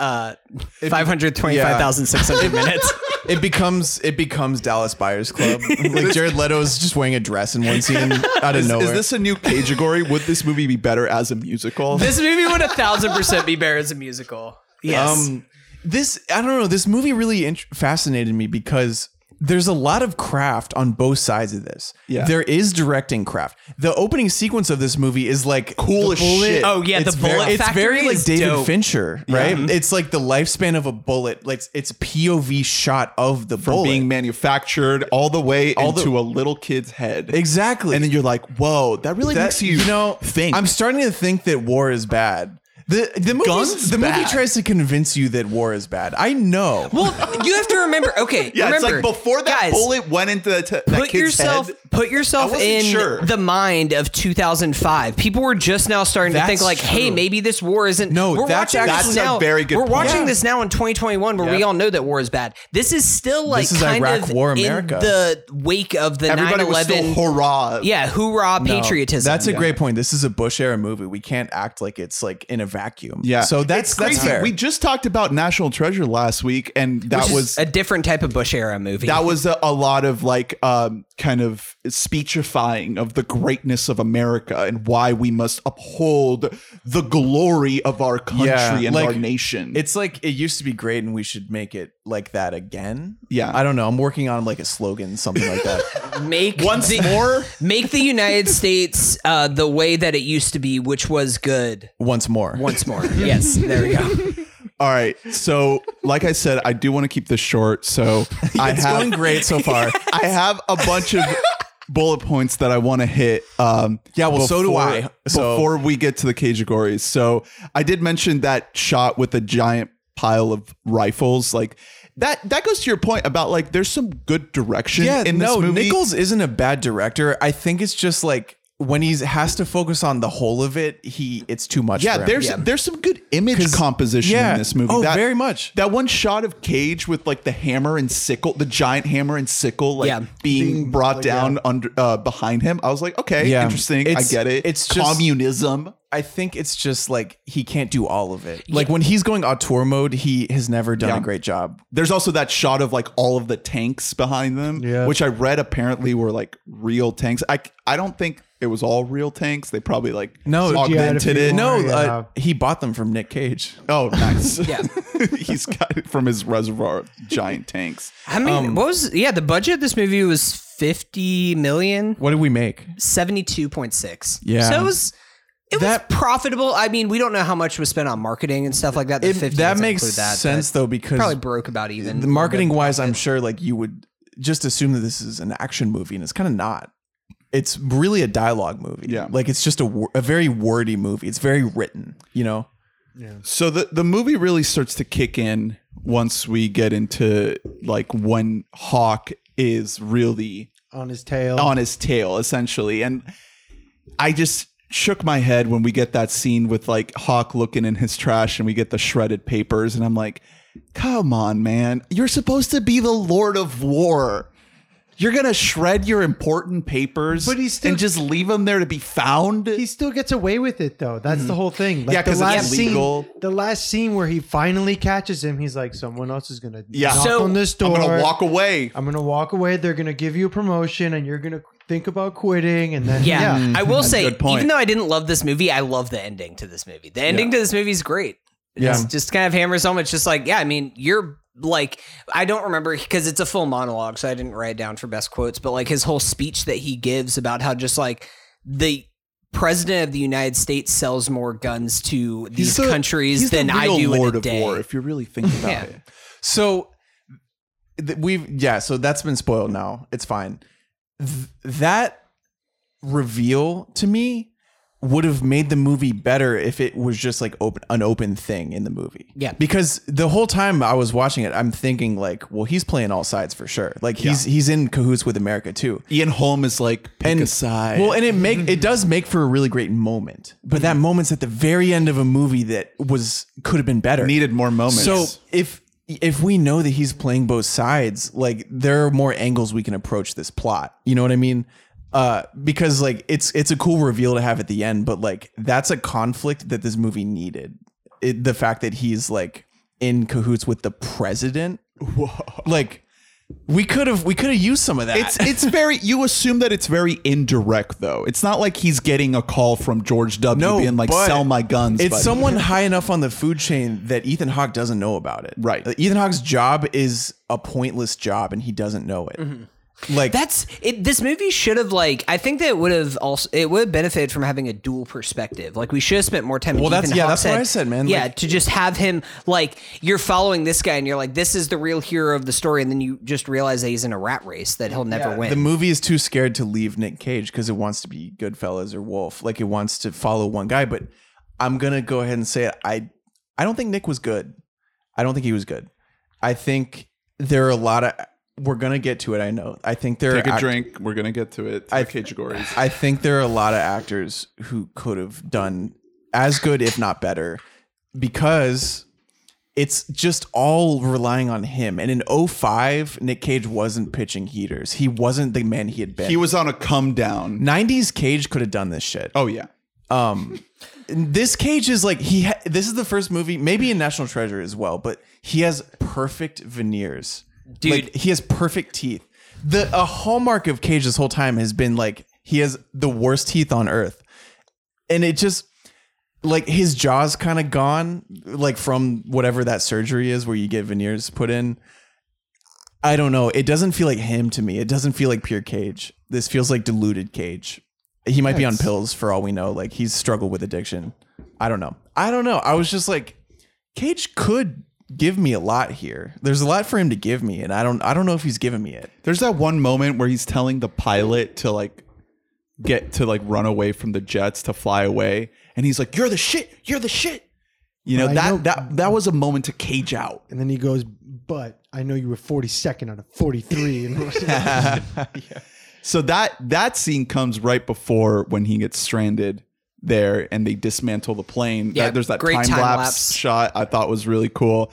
uh, five hundred twenty-five thousand six hundred minutes? It becomes it becomes Dallas Buyers Club. like Jared Leto's just wearing a dress in one scene out of Is, nowhere. is this a new category? Would this movie be better as a musical? This movie would a thousand percent be better as a musical. Yes. Um, this I don't know. This movie really int- fascinated me because there's a lot of craft on both sides of this. Yeah. there is directing craft. The opening sequence of this movie is like Cool the as shit. Oh, yeah, the it's very- bullet It's factory very like is David dope. Fincher, right? It's like the lifespan of a bullet. Like it's POV shot of the From bullet. being manufactured all the way the- into a little kid's head. exactly, And then you're like, whoa, that really That- makes you, know think. I'm starting to think that war is bad. The the, movies, Guns the movie bad. tries to convince you that war is bad. I know. well, you have to remember. Okay, yeah, remember, it's like before that guys, bullet went into that, t- that Put kid's yourself, head. put yourself I wasn't in sure. the mind of 2005. People were just now starting to That's think like, "Hey, true. maybe this war isn't." No, we're that's watching actually- this that's a now. very good We're point. watching Yeah. this now in 2021, where we all know that war is bad. This is still like is kind Iraq of War in America. the wake of the Everybody 9/11. was still hurrah. yeah, hoorah No, patriotism. That's a great point. This is a Bush era movie. We can't act like it's like in a vacuum. Yeah. So that's It's that's crazy. fair. We just talked about National Treasure last week, and that Which is was a different type of Bush era movie. that was a, a lot of like um, kind of speechifying of the greatness of America and why we must uphold the glory of our country Yeah, and like, our nation. it's like it used to be great, and we should make it like that again. Yeah. I don't know. I'm working on like a slogan, something like that. make once the, more. make the United States uh, the way that it used to be, which was good. Once more. Once more, yes, there we go. All right. So, like I said, I do want to keep this short. So I It's have going great so far. I have a bunch of bullet points that I want to hit. Um, Yeah, well, so do I. So- before we get to the categories, so I did mention that shot with a giant pile of rifles, like that. That goes to your point about like there's some good direction Yeah, in this no, movie. Nichols isn't a bad director. I think it's just like when he has to focus on the whole of it, he it's too much. yeah, for him. there's there's some good image composition yeah. in this movie. Oh, very much. That one shot of Cage with like the hammer and sickle, the giant hammer and sickle, like Yeah. being brought down under uh, behind him. I was like, okay, Yeah. interesting. It's- I get it. it's just- communism. I think it's just like he can't do all of it. Like when he's going auteur mode, he has never done Yeah. a great job. There's also that shot of like all of the tanks behind them, Yeah. which I read apparently were like real tanks. I I don't think it was all real tanks. They probably like No, CGI 'd a augmented few it. more. No, yeah. uh, he bought them from Nick Cage. Oh, nice. Yeah. he's got it from his reservoir of giant tanks. I mean, Um, what was yeah? The budget of this movie was fifty million, What did we make? seventy-two point six. Yeah. so it was it That- was profitable. I mean, we don't know how much was spent on marketing and stuff like that. The It- 50 that doesn't makes include that, sense but though because Probably broke about even. the marketing wise, I'm sure like you would just assume that this is an action movie, and it's kind of not. It's really a dialogue movie. Yeah. like it's just a wo- a very wordy movie. It's very written. You know, So the the movie really starts to kick in once we get into like when Hawk is really on his tail. on his tail essentially and I just shook my head when we get that scene with like Hawk looking in his trash and we get the shredded papers and I'm like come on man you're supposed to be the lord of war you're going to shred your important papers But he's still- and just leave them there to be found he still gets away with it though. That's the whole thing. Mm-hmm. Like, Yeah, the 'cause it's last illegal. Scene, the last scene where he finally catches him, he's like, "Someone else is gonna Yeah. knock So, on this I'm door. going to walk away I'm gonna walk away. They're gonna give you a promotion, and you're gonna think about quitting. And then Yeah, Mm. I will say, good point. even though I didn't love this movie, I love the ending to this movie. The ending to this movie is great. Yeah. It's just kind of hammers home. It's just like, yeah, I mean, you're like, I don't remember because it's a full monologue, so I didn't write it down for best quotes, but like his whole speech that he gives about how just like the president of the United States sells more guns to these the- countries he's the than I real do Lord in a of day. War. If you really think about Yeah. it, So th- we've yeah, so that's been spoiled now. It's fine. Th- that reveal to me would have made the movie better if it was just like open an open thing in the movie. Yeah. Because the whole time I was watching it, I'm thinking like, well, he's playing all sides for sure. Like he's he's in cahoots with America too. Ian Holm is like pick And a side. Well, and it make it does make for a really great moment. But that moment's at the very end of a movie that was could have been better. needed more moments. So if if we know that he's playing both sides, like there are more angles we can approach this plot. You know what I mean? Uh, because like it's it's a cool reveal to have at the end, but like that's a conflict that this movie needed. It, the fact that he's like in cahoots with the president, like we could have we could have used some of that. it's it's very you assume that it's very indirect though. It's not like he's getting a call from George W. being like but sell my guns. It's buddy." someone high enough on the food chain that Ethan Hawke doesn't know about it. Right. Uh, Ethan Hawke's job is a pointless job, and he doesn't know it. Mm-hmm. Like That's it. This movie should have like I think that it would have also it would have benefited from having a dual perspective. Like we should have spent more time. Well, with that's- Ethan yeah, Hawke that's what said- I said, man. Yeah, Like- to just have him like you're following this guy and you're like this is the real hero of the story, and then you just realize that he's in a rat race that he'll never win. the movie is too scared to leave Nick Cage because it wants to be Goodfellas or Wolf. Like it wants to follow one guy. But I'm gonna go ahead and say it. I I don't think Nick was good. I don't think he was good. I think there are a lot of. We're gonna get to it. I know. I think there Take are a act- drink. We're gonna get to it. I- Okay, Jagoris. I think there are a lot of actors who could have done as good, if not better, because it's just all relying on him. And in 05, Nick Cage wasn't pitching heaters. He wasn't the man he had been. He was on a come down. 90s Cage could have done this shit. Oh yeah. Um, this Cage is like he. Ha- this is the first movie, maybe in National Treasure as well, but he has perfect veneers, Dude. Like, he has perfect teeth. The a hallmark of Cage this whole time has been like he has the worst teeth on earth, and it just like his jaw's kind of gone, like from whatever that surgery is where you get veneers put in. I don't know. It doesn't feel like him to me. It doesn't feel like pure Cage. This feels like diluted Cage. He might be on pills for all we know. Like he's struggled with addiction. I don't know. I don't know. I was just like, Cage could give me a lot here. There's a lot for him to give me, and I don't. I don't know if he's giving me it. There's that one moment where he's telling the pilot to like get to like run away from the jets to fly away, and he's like, "You're the shit. You're the shit." You know I that know- that that was a moment to cage out. And then he goes, but I know you were 42nd out of 43. And I was like, So that that scene comes right before when he gets stranded there and they dismantle the plane. Yeah, That- there's that great time, time lapse, lapse. shot I thought was really cool.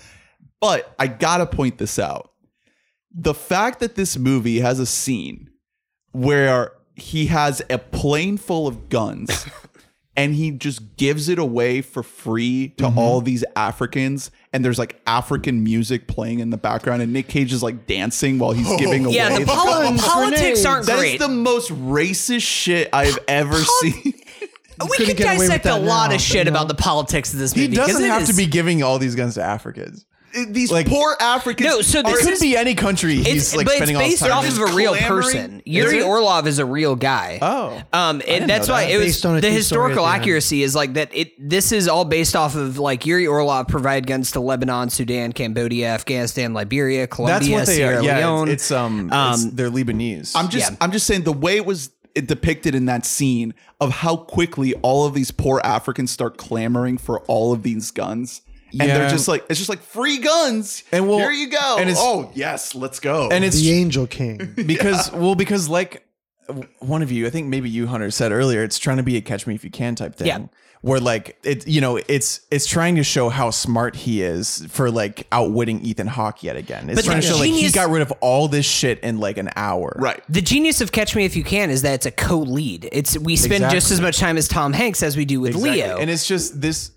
But I gotta point this out. The fact that this movie has a scene where he has a plane full of guns and he just gives it away for free to Mm-hmm. all these Africans. And there's like African music playing in the background, and Nick Cage is like dancing while he's giving away. Oh. yeah, the the poli- guns. politics aren't That is great. the most racist shit I've ever seen. we couldn't could get away with dissect a that lot now, of shit you know? about the politics of this He movie. 'cause doesn't it have to is- be giving all these guns to Africans. These Like- poor Africans. No, so this It could is- be any country. It's, He's like but it's spending all his based time. off in. of a real clamoring. person. Yuri Is it? Orlov is a real guy. oh, Um, and that's why it was Based on a the true story historical at the end. accuracy is like that. It this is all based off of like Yuri Orlov provided guns to Lebanon, Sudan, Cambodia, Afghanistan, Liberia, Colombia, that's what they Sierra are. Yeah, Leone. it's, it's um, it's, they're Lebanese. I'm just Yeah. I'm just saying the way it was depicted in that scene of how quickly all of these poor Africans start clamoring for all of these guns. And Yeah. they're just like it's just like free guns. And well- here you go. and it's- oh yes, let's go. and it's the Angel King. because well because like w- one of you i think maybe you hunter said earlier it's trying to be a catch me if you can type thing Yeah. where like it you know it's it's trying to show how smart he is for like outwitting ethan hawke yet again it's But trying the to show like he genius- got rid of all this shit in like an hour right. the genius of Catch Me If You Can is that it's a co-lead. It's we spend just Exactly. as much time as Tom Hanks as we do with Exactly. Leo. and it's just this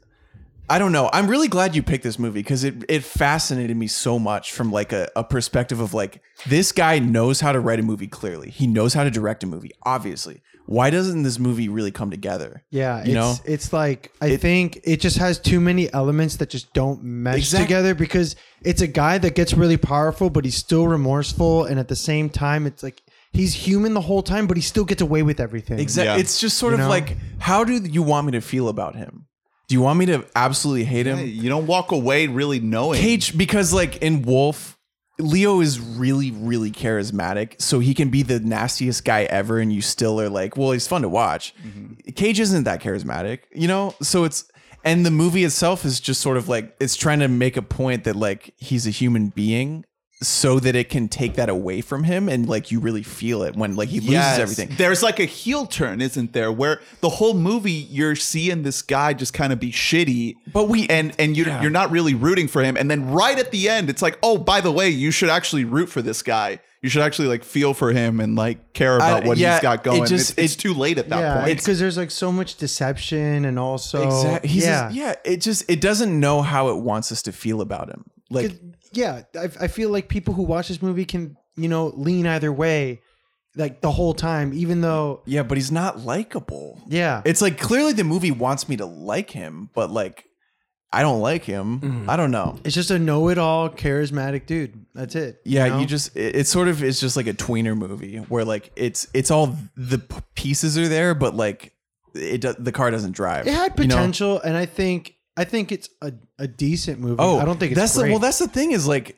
i don't know i'm really glad you picked this movie because it it fascinated me so much from like a, a perspective of like this guy knows how to write a movie clearly he knows how to direct a movie obviously why doesn't this movie really come together Yeah, it's, you know it's like I think it just has too many elements that just don't mesh Exact- together because it's a guy that gets really powerful, but he's still remorseful, and at the same time, it's like he's human the whole time, but he still gets away with everything. Exactly. Yeah. It's just sort You of know? like, how do you want me to feel about him? Do you want me to absolutely hate him? You don't walk away really knowing. Cage, because like in Wolf, Leo is really, really charismatic, so he can be the nastiest guy ever, and you still are like, well, he's fun to watch. Cage isn't that charismatic, you know? So it's, and the movie itself is just sort of like, it's trying to make a point that like he's a human being so that it can take that away from him and like you really feel it when like he loses Yes. everything. There's like a heel turn, isn't there? Where the whole movie you're seeing this guy just kind of be shitty, But we- and and you're yeah. you're not really rooting for him. And then right at the end, it's like, oh, by the way, you should actually root for this guy. You should actually like feel for him and like care about I- what yeah, he's got it going. just- it's, it's it- too late at that yeah, point. because there's like so much deception and also Exactly. He's Oh, yeah, yeah. yeah, it just it doesn't know how it wants us to feel about him. Like yeah. I, I feel like people who watch this movie can you know lean either way, like the whole time, even though yeah, but he's not likable. yeah, It's like clearly the movie wants me to like him, but like I don't like him. Mm-hmm. I don't know. it's just a know-it-all charismatic dude. That's it. Yeah, know? you just it, it sort of is just like a tweener movie where like it's it's all the p- pieces are there, but like it do, the car doesn't drive. it had you know? potential, and I think I think it's a, a decent movie. Oh, I don't think it's that's great. The, well. That's the thing is like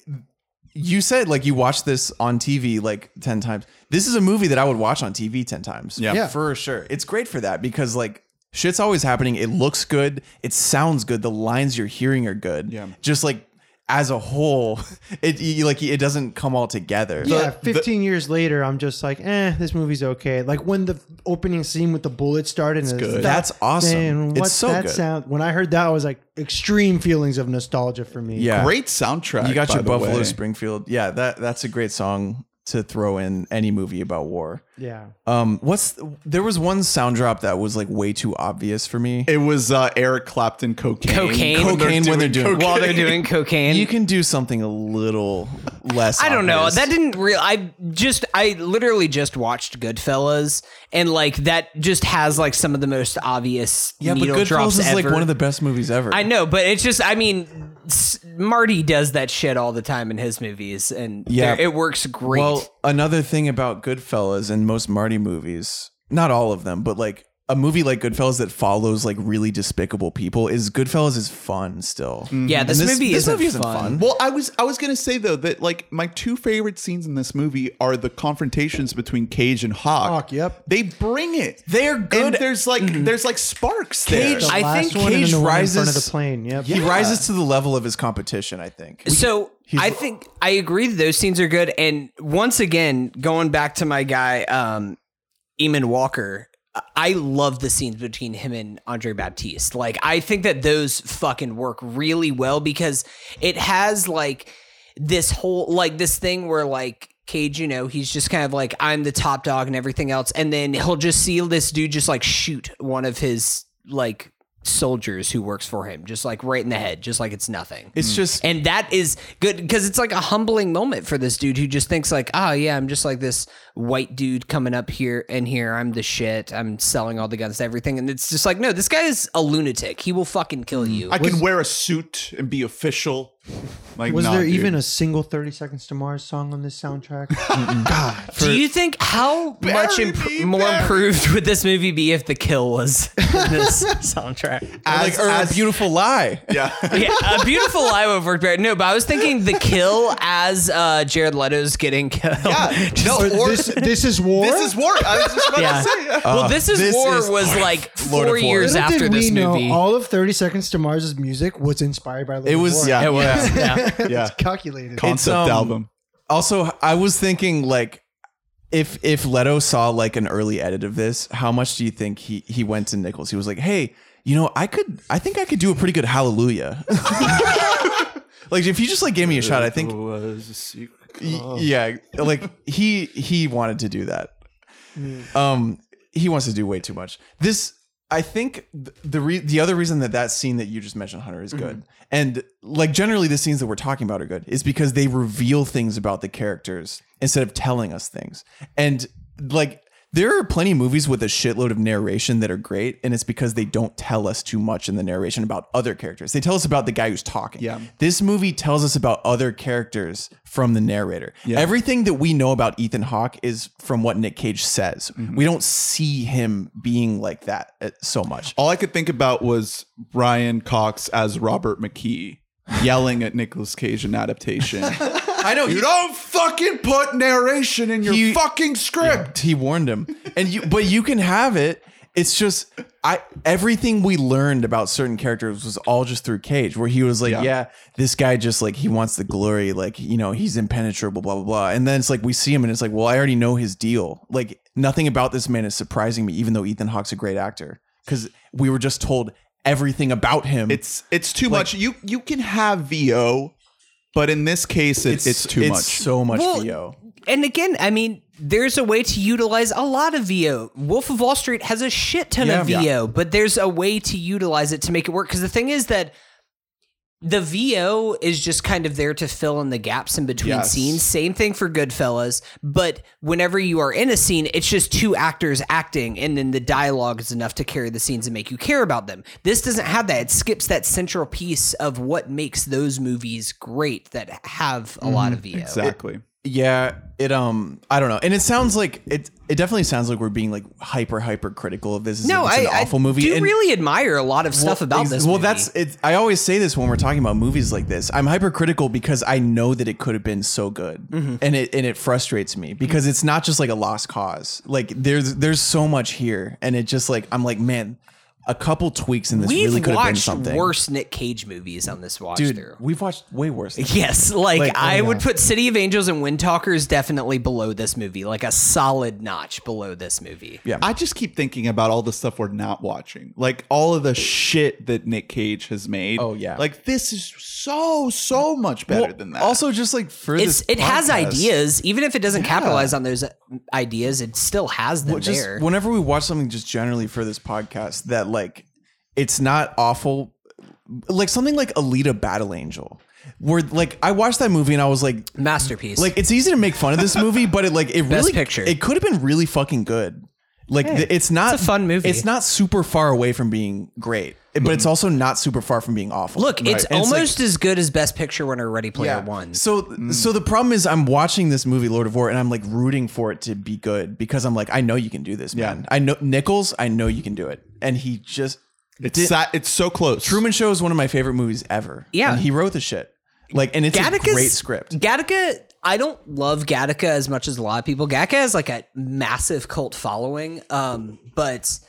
you said like you watched this on TV like ten times. This is a movie that I would watch on TV ten times. Yeah. Yeah. for sure. It's great for that because like shit's always happening. It looks good. It sounds good. The lines you're hearing are good. Yeah. just like as a whole, it you, like it doesn't come all together. yeah, 15 years later, I'm just like, eh, this movie's okay. Like when the opening scene with the bullet started, and it's good. That's awesome. and It's what's so that good. sound? When I heard that, I was like, extreme feelings of nostalgia for me. Yeah, Great soundtrack. You got by your the Buffalo way. Springfield. Yeah, that that's a great song to throw in any movie about war. yeah. Um, what's there was one sound drop that was like way too obvious for me. It was uh, Eric Clapton cocaine. Cocaine? When they're Cocaine when they're doing- while they're doing cocaine. you can do something a little less. I don't know. obvious. That didn't real. I just I literally just watched Goodfellas, and like that just has like some of the most obvious yeah, but needle drops Goodfellas is like ever. one of the best movies ever. I know, but it's just I mean, s- Marty does that shit all the time in his movies, and Yeah. yeah, it works great. Well, another thing about Goodfellas and most Marty movies, not all of them, but like a movie like Goodfellas that follows like really despicable people is Goodfellas is fun still. yeah, And this, movie, this isn't movie isn't fun. fun. Well, I was I was gonna say though that like my two favorite scenes in this movie are the confrontations between Cage and Hawk. Hawk, yep. They bring it. They're good. Mm-hmm. And there's like there's like sparks there. Cage- The I last think one and then Cage the one in front of rises- the plane. Yep. He rises to the level of his competition, I think. So he's- I think I agree that those scenes are good. And once again, going back to my guy, um, Eamon Walker, I- I love the scenes between him and Andre Baptiste. Like, I think that those fucking work really well because it has like this whole, like, this thing where like, Cage, you know, he's just kind of like, I'm the top dog and everything else. And then he'll just see this dude just like shoot one of his like soldiers who works for him, just like right in the head, just like it's nothing. It's just And that is good because it's like a humbling moment for this dude who just thinks like, oh yeah, I'm just like this white dude coming up here and here. I'm the shit. I'm selling all the guns to everything. And it's just like, no, this guy is a lunatic. He will fucking kill you. I can wear a suit and be official. Like, Was nah, there dude. even a single 30 Seconds to Mars song on this soundtrack? God. Do you think how much Bury imp- me, more bury improved would this movie be if the kill was in this soundtrack? as, like or as- a beautiful lie. Yeah. Yeah, a beautiful lie would have worked better. No, but I was thinking the kill as uh, Jared Leto's getting killed. yeah. No, Or or this, this is war. this is war. I was just about Yeah. to say. Oh, yeah. Well, this is Uh, this war is- was like four Lord of War. years Little after did this we movie. know all of 30 Seconds to Mars' music was inspired by Lord It was War. yeah, it was. yeah. calculated. Concept um, album. Also, I was thinking like if if Leto saw like an early edit of this, how much do you think he he went to Nichols? He was like, "Hey, you know, I could I think I could do a pretty good hallelujah." like if you just like gave me a shot, I think was a secret. Y- yeah like he he wanted to do that um he wants to do way too much this i think th- the re- the other reason that that scene that you just mentioned hunter is good and like generally the scenes that we're talking about are good is because they reveal things about the characters instead of telling us things and like there are plenty of movies with a shitload of narration that are great, and it's because they don't tell us too much in the narration about other characters. They tell us about the guy who's talking. Yeah. This movie tells us about other characters from the narrator. Everything that we know about Ethan Hawke is from what Nick Cage says. We don't see him being like that uh, so much. All I could think about was Brian Cox as Robert McKee yelling at Nicolas Cage in adaptation. I know You don't fucking put narration in your He- fucking script. he warned him and you but you can have it it's just i everything we learned about certain characters was all just through cage where he was like yeah. this guy just like he wants the glory like you know he's impenetrable blah blah blah and then it's like we see him and it's like well i already know his deal like nothing about this man is surprising me even though ethan hawke's a great actor because we were just told everything about him It's it's too much. You you can have VO, but in this case, it, it's, too much. so much Well, VO. And again, I mean, there's a way to utilize a lot of VO. Wolf of Wall Street has a shit ton of Yeah. VO, but there's a way to utilize it to make it work. Because the thing is that the VO is just kind of there to fill in the gaps in between Yes. scenes. Same thing for Goodfellas, but whenever you are in a scene, it's just two actors acting, and then the dialogue is enough to carry the scenes and make you care about them. This doesn't have that. It skips that central piece of what makes those movies great that have a lot of VO. exactly. Yeah, it um I don't know. And it sounds like it it definitely sounds like we're being like hyper hyper critical of this. as No, if it's I, an awful movie. do and really admire a lot of stuff about ex- this. Well, movie. that's it I always say this when we're talking about movies like this. I'm hypercritical because I know that it could have been so good. Mm-hmm. And it and it frustrates me because it's not just like a lost cause. Like there's there's so much here and it just like I'm like, man, a couple tweaks in this we've really could have been watched something. worse Nick Cage movies on this watch Dude, through. we've watched way worse. Yes, like, Like, oh, I would put City of Angels and Wind Talkers definitely below this movie, like a solid notch below this movie. Yeah. I just keep thinking about all the stuff we're not watching, like all of the shit that Nick Cage has made. Oh, yeah. like this is so so much better Well, than that. Also, just like for It's this it has podcast- ideas, even if it doesn't capitalize on those ideas, it still has them Well, just there. whenever we watch something just generally for this podcast that like it's not awful like something like Alita Battle Angel where like I watched that movie and I was like Masterpiece. like it's easy to make fun of this movie but it like it really picture. it could have been really fucking good like th- it's not it's a fun movie. it's not super far away from being great but it's also not super far from being awful Mm. look, it's And like- almost as good as Best Picture winner Ready Player One. so, so the problem is, I'm watching this movie, Lord of War, and I'm like rooting for it to be good because I'm like, I know you can do this, man. I know Nichols, I know you can do it, and he just it's sa- it's so close. Truman Show is one of my favorite movies ever. Yeah. and he wrote the shit, like, and it's Gattaca's a great script. Gattaca, I don't love Gattaca as much as a lot of people. Gattaca has like a massive cult following, um, but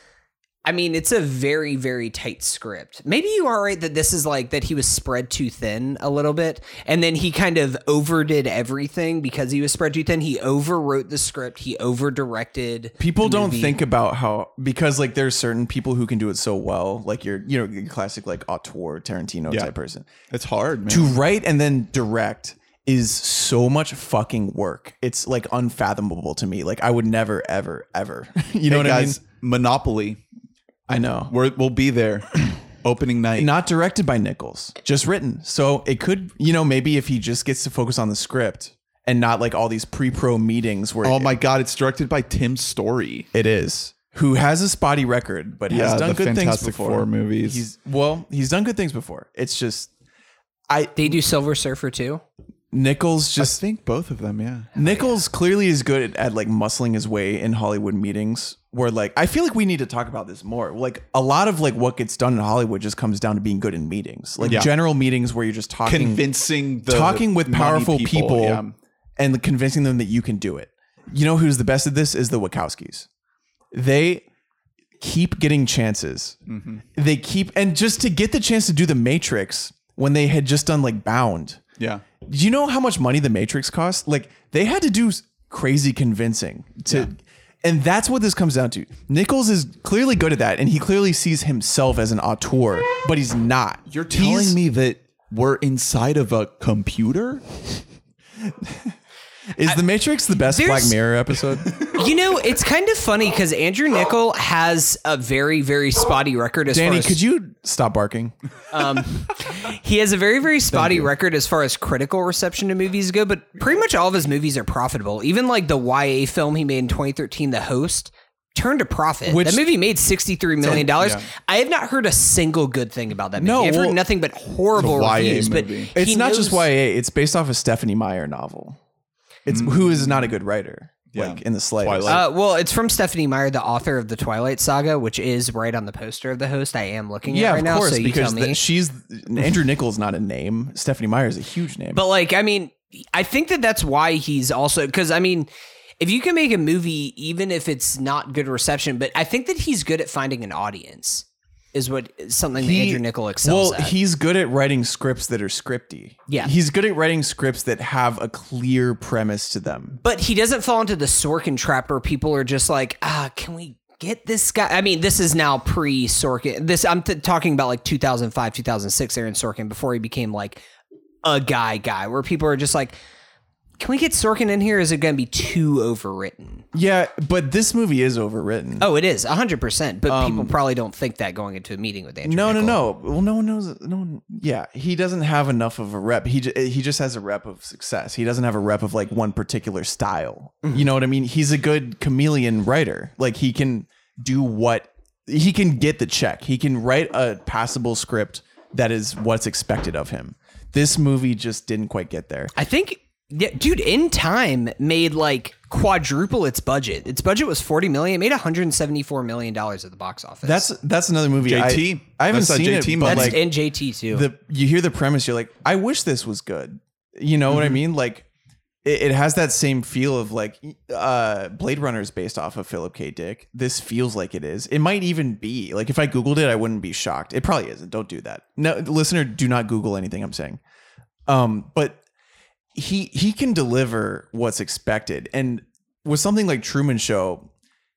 I mean, it's a very, very tight script. Maybe you are right that this is like that he was spread too thin a little bit, and then he kind of overdid everything because he was spread too thin. He overwrote the script. He overdirected. People the don't movie. think about how because like there's certain people who can do it so well, like your you know your classic like auteur Tarantino Yeah. type person. It's hard, man. to write and then direct is so much fucking work. It's like unfathomable to me. Like I would never, ever, ever. You know hey what guys, Monopoly. I mean? I know. We're, we'll be there. Opening night. Not directed by Nichols, just written. So it could, you know, maybe if he just gets to focus on the script and not like all these pre-pro meetings where oh my god! It's directed by Tim Story. it is. Who has a spotty record, but Yeah, has done the good Fantastic things before. Four movies. He's well, he's done good things before. It's just I they do Silver Surfer too. Nichols I just think both of them. Yeah. Nichols clearly is good at, at, like muscling his way in Hollywood meetings where like I feel like we need to talk about this more. Like a lot of like what gets done in Hollywood just comes down to being good in meetings. Like Yeah. general meetings where you're just talking Convincing the talking with money powerful people, yeah. and convincing them that you can do it. You know who's the best at this is the Wachowskis. They keep getting chances. Mm-hmm. They keep and just to get the chance to do the Matrix when they had just done like Bound. Yeah. Do you know how much money the Matrix cost? Like they had to do s- crazy convincing to, and that's what this comes down to. Nichols is clearly good at that, and he clearly sees himself as an auteur, but he's not. You're telling He's- me that we're inside of a computer? is the Matrix the best Black There's- Mirror episode? You know, it's kind of funny because Andrew Nichol has a very, very spotty record as far Danny, as could you stop barking? He has a very, very spotty record as far as critical reception to movies go, but pretty much all of his movies are profitable. Even like the YA film he made in 2013, The Host, turned a profit. Which- that movie made $63 million. I have not heard a single good thing about that movie. No, I've well, heard nothing but horrible it's a YA reviews. But movie. It's he not knows- just YA. It's based off a Stephanie Meyer novel. It's Mm. who is not a good writer, like in the slightest. Twilight. Uh, well, it's from Stephanie Meyer, the author of the Twilight Saga, which is right on the poster of the host. I am looking at yeah, right of now, course, so you because tell me. the- she's Andrew Nichols not a name. Stephanie Meyer is a huge name. But like, I mean, I think that that's why he's also because I mean, if you can make a movie, even if it's not good reception, but I think that he's good at finding an audience. Is what is something that Andrew Nichol excels well, at. he's good at writing scripts that are scripty. Yeah. He's good at writing scripts that have a clear premise to them. but he doesn't fall into the Sorkin trap where people are just like, ah, can we get this guy? I mean, this is now pre Sorkin. This I'm t- talking about like 2005, 2006, Aaron Sorkin before he became like a guy guy, where people are just like, can we get Sorkin in here? Is it going to be too overwritten? Yeah, but this movie is overwritten. Oh, it is hundred percent. But people Um, probably don't think that going into a meeting with Andrew. No, no, Niccol. no. Well, no one knows. No one. Yeah, he doesn't have enough of a rep. He ju- he just has a rep of success. He doesn't have a rep of like one particular style. You know what I mean? He's a good chameleon writer. Like he can do what he can get the check. He can write a passable script that is what's expected of him. This movie just didn't quite get there. I think, yeah, dude, in time made like quadruple its budget. Its budget was forty million. It made one hundred and seventy four million dollars at the box office. That's that's another movie. I- JT. I, haven't That's that seen JT it, movie. but that's like and JT too. the you hear the premise, you're like, I wish this was good. You know what I mean? Like, it, it has that same feel of like uh, Blade Runner is based off of Philip K. Dick. This feels like it is. It might even be like if I googled it, I wouldn't be shocked. It probably isn't. Don't do that. No, listener, do not Google anything I'm saying. Um, but he he can deliver what's expected, and with something like Truman Show.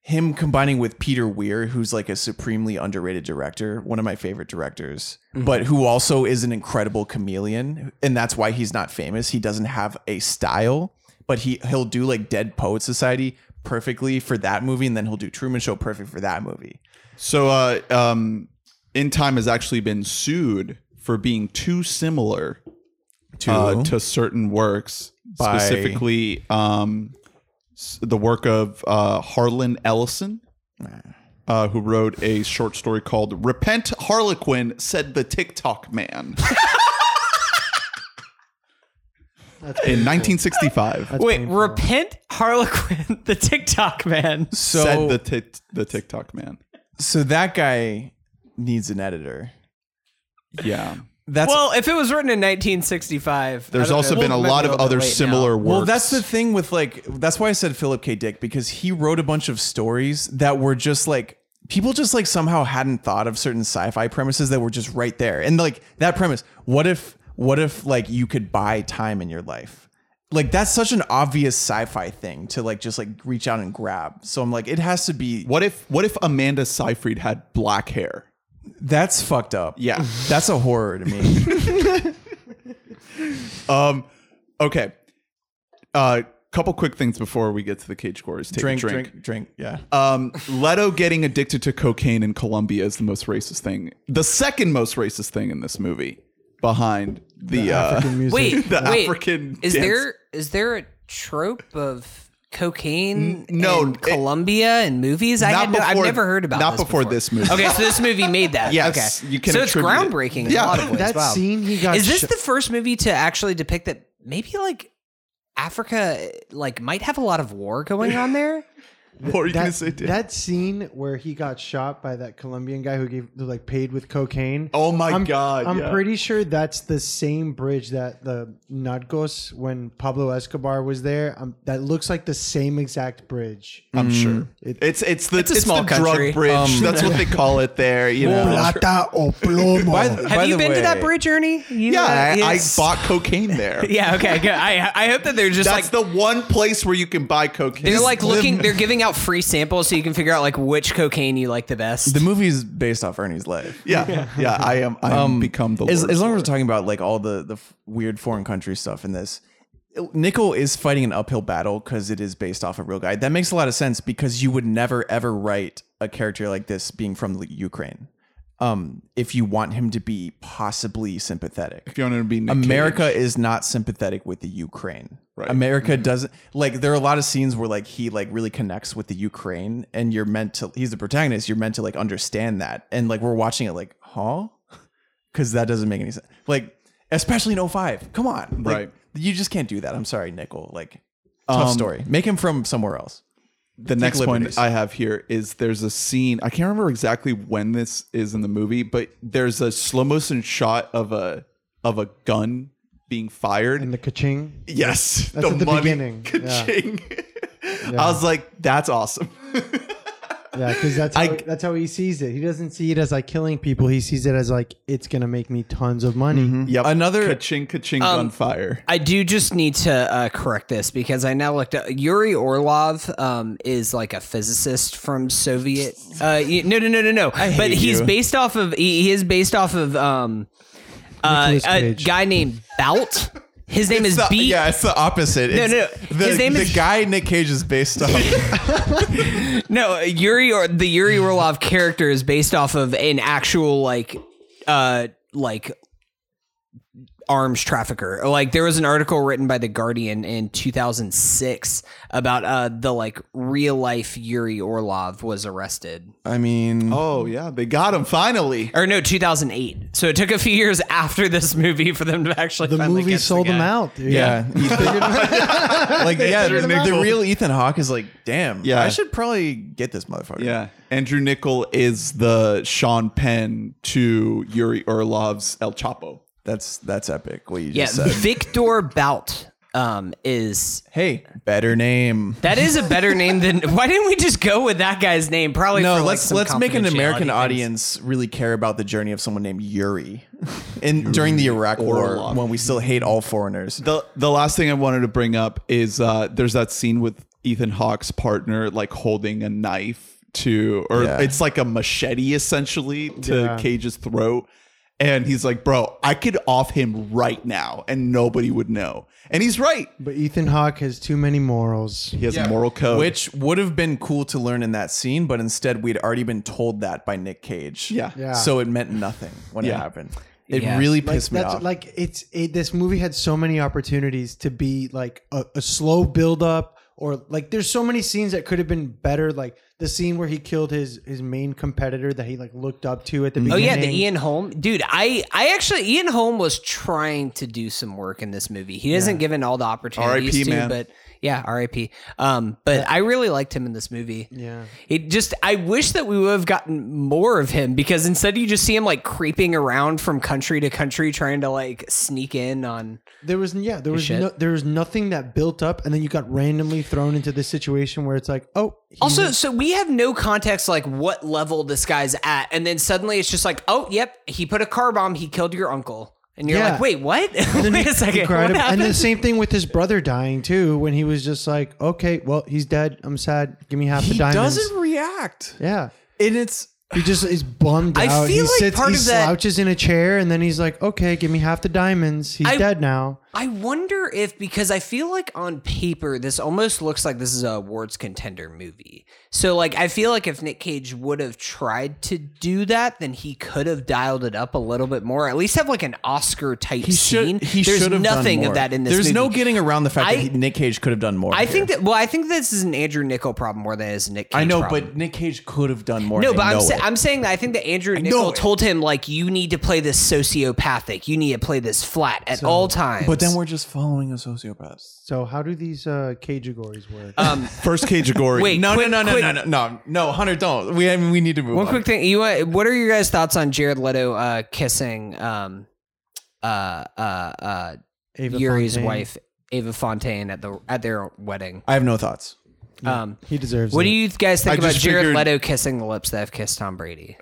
Him combining with Peter Weir, who's like a supremely underrated director, one of my favorite directors, but who also is an incredible chameleon, and that's why he's not famous. He doesn't have a style, but he he'll do like Dead Poet Society perfectly for that movie, and then he'll do Truman Show perfect for that movie. So, uh, um, In Time has actually been sued for being too similar To uh, to certain works, Oh. By- specifically um, s- the work of uh, Harlan Ellison, uh, who wrote a short story called "Repent, Harlequin," said the TikTok man. In 1965, Wait, repent Harlequin, the TikTok man. so said the tic the TikTok man. so that guy needs an editor. Yeah, That's Well, if it was written in 1965, I there's don't also know. been a Well, lot of maybe a other little bit late similar now. works. Well, that's the thing with like that's why I said Philip K. Dick because he wrote a bunch of stories that were just like people just like somehow hadn't thought of certain sci-fi premises that were just right there. And like that premise, what if what if like you could buy time in your life? Like that's such an obvious sci-fi thing to like just like reach out and grab. So I'm like it has to be What if what if Amanda Seyfried had black hair? that's fucked up. Yeah. That's a horror to me. Okay. A couple quick things before we get to the cage quarters. Take drink, a drink. drink, drink. Yeah. Uh, Um, Leto getting addicted to cocaine in Colombia is the most racist thing. The second most racist thing in this movie, behind the, uh, African music. Wait, The wait, African Is dance. there is there a trope of cocaine? no, in it- Colombia and movies. I Not had no, I've before- never heard about not this before this movie. Okay, so this movie made that. Yes, okay, you can so it's attribute it. groundbreaking in Yeah. a lot of ways. that wow. scene he got. Is this sho- the first movie to actually depict that maybe like Africa like might have a lot of war going on there? what were you going to that, say, Dan? that scene where he got shot by that Colombian guy who gave who like paid with cocaine? Oh my I'm, God, I'm yeah. pretty sure that's the same bridge that the Narcos when Pablo Escobar was there. Um, that looks like the same exact bridge. I'm Mm. sure It- it's it's the it's, a small the country. drug bridge. Um, that's what they call it there. You know. Plata o plomo. By- Have by you the been to that way- bridge, Ernie? You, Yeah, uh, I, I yes. bought cocaine there. Yeah, okay, good. I I hope that they're just That's like the one place where you can buy cocaine. They're like looking. They're giving out free samples so you can figure out like which cocaine you like the best. The movie's based off Ernie's life. yeah, yeah. I am. I am become the. Lord as, as long as Lord. we're talking about like all the the f- weird foreign country stuff in this nickel is fighting an uphill battle because it is based off a real guy that makes a lot of sense because you would never ever write a character like this being from the ukraine um if you want him to be possibly sympathetic if you want to be Nick Cage. America is not sympathetic with the Ukraine. Right. America doesn't like there are a lot of scenes where like he like really connects with the Ukraine and you're meant to he's the protagonist, you're meant to like understand that. And like we're watching it like, huh? Cause that doesn't make any sense. Like, especially in 05. Come on. Like, Right. You just can't do that. I'm sorry, Nickel. Like tough story. Make him from somewhere else. the next liberties. point I have here is there's a scene. I can't remember exactly when this is in the movie, but there's a slow motion shot of a of a gun being fired. And the ka-ching. yes, That's at the beginning, yeah. ka-ching. I was like, that's awesome. Yeah, because that's how, I- that's how he sees it. He doesn't see it as like killing people. He sees it as like it's gonna make me tons of money. yep. Another- ka-ching, ka-ching gunfire. I do just need to uh, correct this because I now looked up Yuri Orlov um, is like a physicist from Soviet. Uh, y- no, no, no, no, no. but hate he's you. based off of he, he is based off of um, uh, Nicolas a Cage. guy named Bout. His name is It's the- B. E yeah, it's the opposite. No, It's- no, The, his name the is- guy Nick Cage is based off. No, uh, Yuri or the Yuri Orlov character is based off of an actual like uh like arms trafficker. Like there was an article written by the Guardian in 2006 about uh the like real life Yuri Orlov was arrested. I mean, Oh yeah, they got him finally. Or no, 2008. So it took a few years after this movie for them to actually The finally movie catch sold the him guy. out. Dude. yeah. like yeah, the, the real Ethan Hawke is like, damn. Yeah. I should probably get this motherfucker. Yeah, Andrew Nichol is the Sean Penn to Yuri Orlov's El Chapo. That's that's epic. What you Yeah, just said. Victor Bout um is Hey, better name. that is a better name than why didn't we just go with that guy's name? Probably for, No, like, let's some let's make an confidentiality American things. audience really care about the journey of someone named Yuri, in during the Iraq War Orlov. when we still hate all foreigners. The the last thing I wanted to bring up is uh, there's that scene with Ethan Hawke's partner like holding a knife to, or Yeah. it's like a machete essentially to Yeah. Cage's throat, and he's like, "Bro, I could off him right now, and nobody would know." And he's right. But Ethan Hawke has too many morals. He has a moral code. Which would have been cool to learn in that scene, but instead we'd already been told that by Nick Cage. Yeah. Yeah. So it meant nothing when it Yeah. happened. It Yeah. really Like, pissed me that's off. like it's it, this movie had so many opportunities to be like a, a slow build up or like there's so many scenes that could have been better like the scene where he killed his his main competitor that he like looked up to at the Oh beginning yeah, the Ian Holm dude. I I actually Ian Holm was trying to do some work in this movie. He isn't given all the opportunities R.I.P., to, man. but yeah, R.I.P. Um, but I really liked him in this movie. Yeah. it just I wish that we would have gotten more of him because instead you just see him like creeping around from country to country trying to like sneak in on. there was yeah there was shit. no, there was nothing that built up and then you got randomly thrown into this situation where it's like oh he Also, was- so we have no context like what level this guy's at, and then suddenly it's just like, oh, yep, he put a car bomb. He killed your uncle. And you're Yeah. like, wait, what? And wait a second. cried What ab- and happened? the same thing with his brother dying too when he was just like okay well he's dead i'm sad give me half he the diamonds doesn't react. yeah And it's He just is bummed I out. feel he like sits, part he of that- slouches in a chair, and then he's like, "Okay, give me half the diamonds." He's I- dead now. I wonder if because I feel like on paper this almost looks like this is a awards contender movie. So like I feel like if Nick Cage would have tried to do that, then he could have dialed it up a little bit more. At least have like an Oscar type he scene. should he There's should have nothing done more. of that in this. There's no movie. getting around the fact I- that he, Nick Cage could have done more. I here. think that well, I think this is an Andrew Nichol problem more than it is a Nick Cage. I know, problem. but Nick Cage could have done more. No, and but they I'm, know sa- it. I'm saying that I think that Andrew Nichol it. told him like you need to play this sociopathic, you need to play this flat at all times. But then we're just following a sociopath. So how do these uh, categories work? Um, First Cagegory. Wait, No, quick- no, no, quick- no, no, no, no, no, Hunter, don't. We I mean, we need to move One on. quick thing, you want- what are your guys' thoughts on Jared Leto uh, kissing um, uh, uh, uh, Ava Yuri's Fontaine. wife Ava Fontaine at the at their wedding? I have no thoughts. Um, He deserves. what do it. you guys think I about just Jared figured- Leto kissing the lips that have kissed Tom Brady?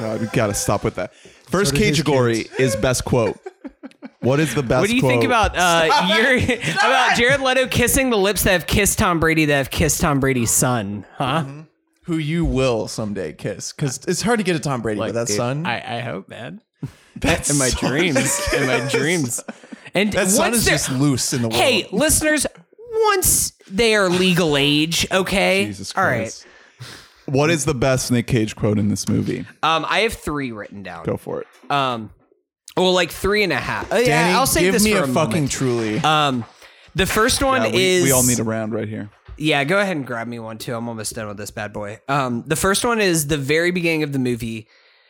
God, we gotta stop with that. First did his Cagegory is best quote. What is the best? What do you think quote? about uh, Yuri, about Jared Leto kissing the lips that have kissed Tom Brady that have kissed Tom Brady's son? Huh? Mm-hmm. Who you will someday kiss? Because it's hard to get a Tom Brady with that son. I, I hope, man. That's In my dreams, in my dreams, and that son once is they're- just loose in the world. Hey, listeners, once they are legal age, okay? Jesus All Christ. right. What is the best Nick Cage quote in this movie? Um, I have three written down. Go for it. Um, well, like three and a half. Oh, Danny, yeah, I'll save give this me for a, a, moment. fucking truly. Um, the first one Yeah, we, is we all need a round right here. Yeah, go ahead and grab me one too. I'm almost done with this bad boy. Um, the first one is the very beginning of the movie.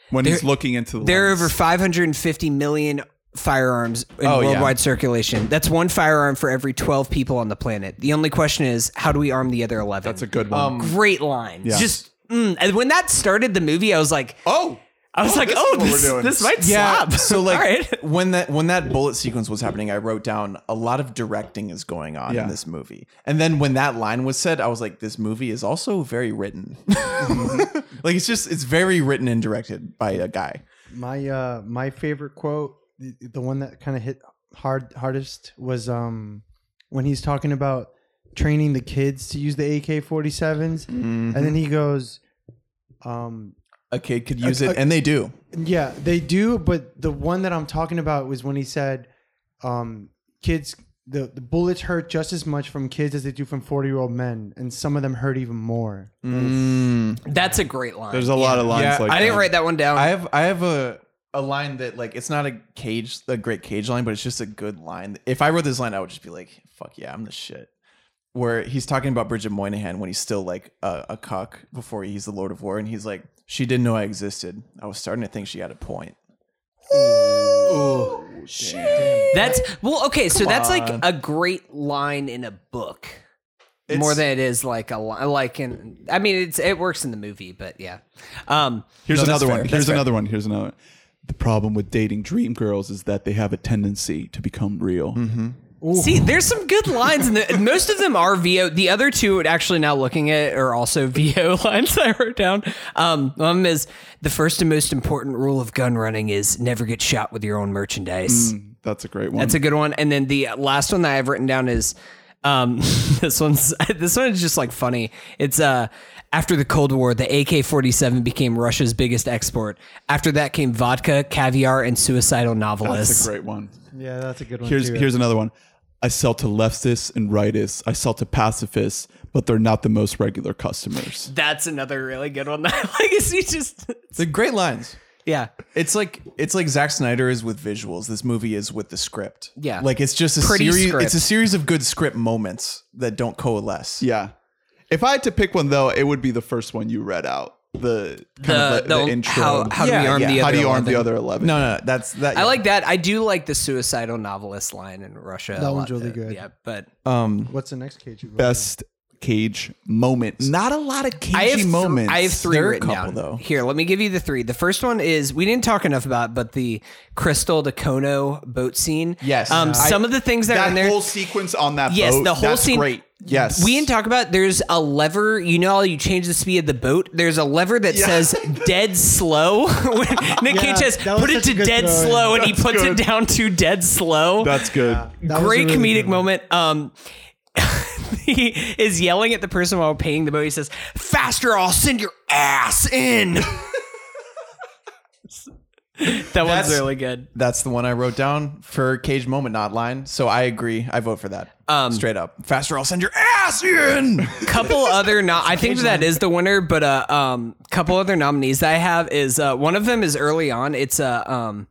When he's looking into the There are lens. over 550 million firearms in Oh, yeah. worldwide circulation. That's one firearm for every 12 people on the planet. The only question is, how do we arm the other 11? Um, That's a good one. great line. Just mm, and when that started the movie, I was like, oh, I was like, oh, what we're this, doing. this might slap. So like All right. when that when that bullet sequence was happening, I wrote down a lot of directing is going on Yeah. in this movie. And then when that line was said, I was like, this movie is also very written. Mm-hmm. like it's just it's very written and directed by a guy. My uh my favorite quote, the, the one that kind of hit hard hardest was um when he's talking about training the kids to use the AK-47s Mm-hmm. and then he goes um A kid could use it, and they do. yeah, they do, but the one that I'm talking about was when he said um kids the, the bullets hurt just as much from kids as they do from 40 year old men and some of them hurt even more That's a great line. There's a lot of lines Yeah, like I didn't that. write that one down. I have I have a a line that like it's not a cage a great cage line, but it's just a good line. If I wrote this line, I would just be like, "Fuck yeah, I'm the shit." Where he's talking about Bridget Moynihan when he's still like a, a cuck before he's the Lord of War, and he's like, "She didn't know I existed. I was starting to think she had a point." that's well, okay. So that's on. like a great line in a book, It's- more than it is like a li- like in. I mean, it's it works in the movie, but yeah. Um, Here's No, that's another fair. one. That's Here's fair. another one. Here's another one. The problem with dating dream girls is that they have a tendency to become real. Mm-hmm. See, there's some good lines, in the, most of them are VO. The other two, actually, now looking at, it, are also VO lines I wrote down. Um, one of them is the first and most important rule of gun running is never get shot with your own merchandise. That's a great one. That's a good one. And then the last one that I've written down is um, this one's this one is just like funny. It's uh after the Cold War, the AK-47 became Russia's biggest export. After that came vodka, caviar, and suicidal novelists. That's a great one. yeah that's a good one Here's too. here's another one. I sell to leftists and rightists. I sell to pacifists, but they're not the most regular customers. That's another really good one. That I like is he just They're great lines. yeah. It's like it's like Zack Snyder is with visuals. This movie is with the script. Yeah. like it's just a Pretty series. script. It's a series of good script moments that don't coalesce. Yeah. If I had to pick one though, it would be the first one you read out. The kind The, of the, the the- intro. How, how do we Yeah, arm yeah. the other? How do you arm 11? the other eleven? No, no, that's that. I like that. I do like the suicidal novelist line in Russia. a That one's lot. really Uh, good. Yeah, but Um, what's the next cage you wrote? best cage moment. Not a lot of cagey I have, th- moments. I have three There are a written couple, down. though. Here, let me give you the three. The first one is we didn't talk enough about, but the Crystal to Kono boat scene. Yes. Um, I- some of the things that, are that in there. whole sequence on that Yes, boat, the whole Oh, that's scene- great. Yes. we didn't talk about there's a lever you know how you change the speed of the boat there's a lever that says dead slow When nick Yeah, cage says that was put it such a to good dead throw in. slow and he That's puts good. it down to dead slow That's good. That was a great really comedic good one. moment um he is yelling at the person while paying the boat he says faster or i'll send your ass in that one's That's- really good That's the one I wrote down for cage moment, not line. So I agree. I vote for that. Um, Straight up. Faster, I'll send your ass in. couple other no- I think that is the winner, but uh, um, couple other nominees that I have is uh, one of them is early on. It's uh, um,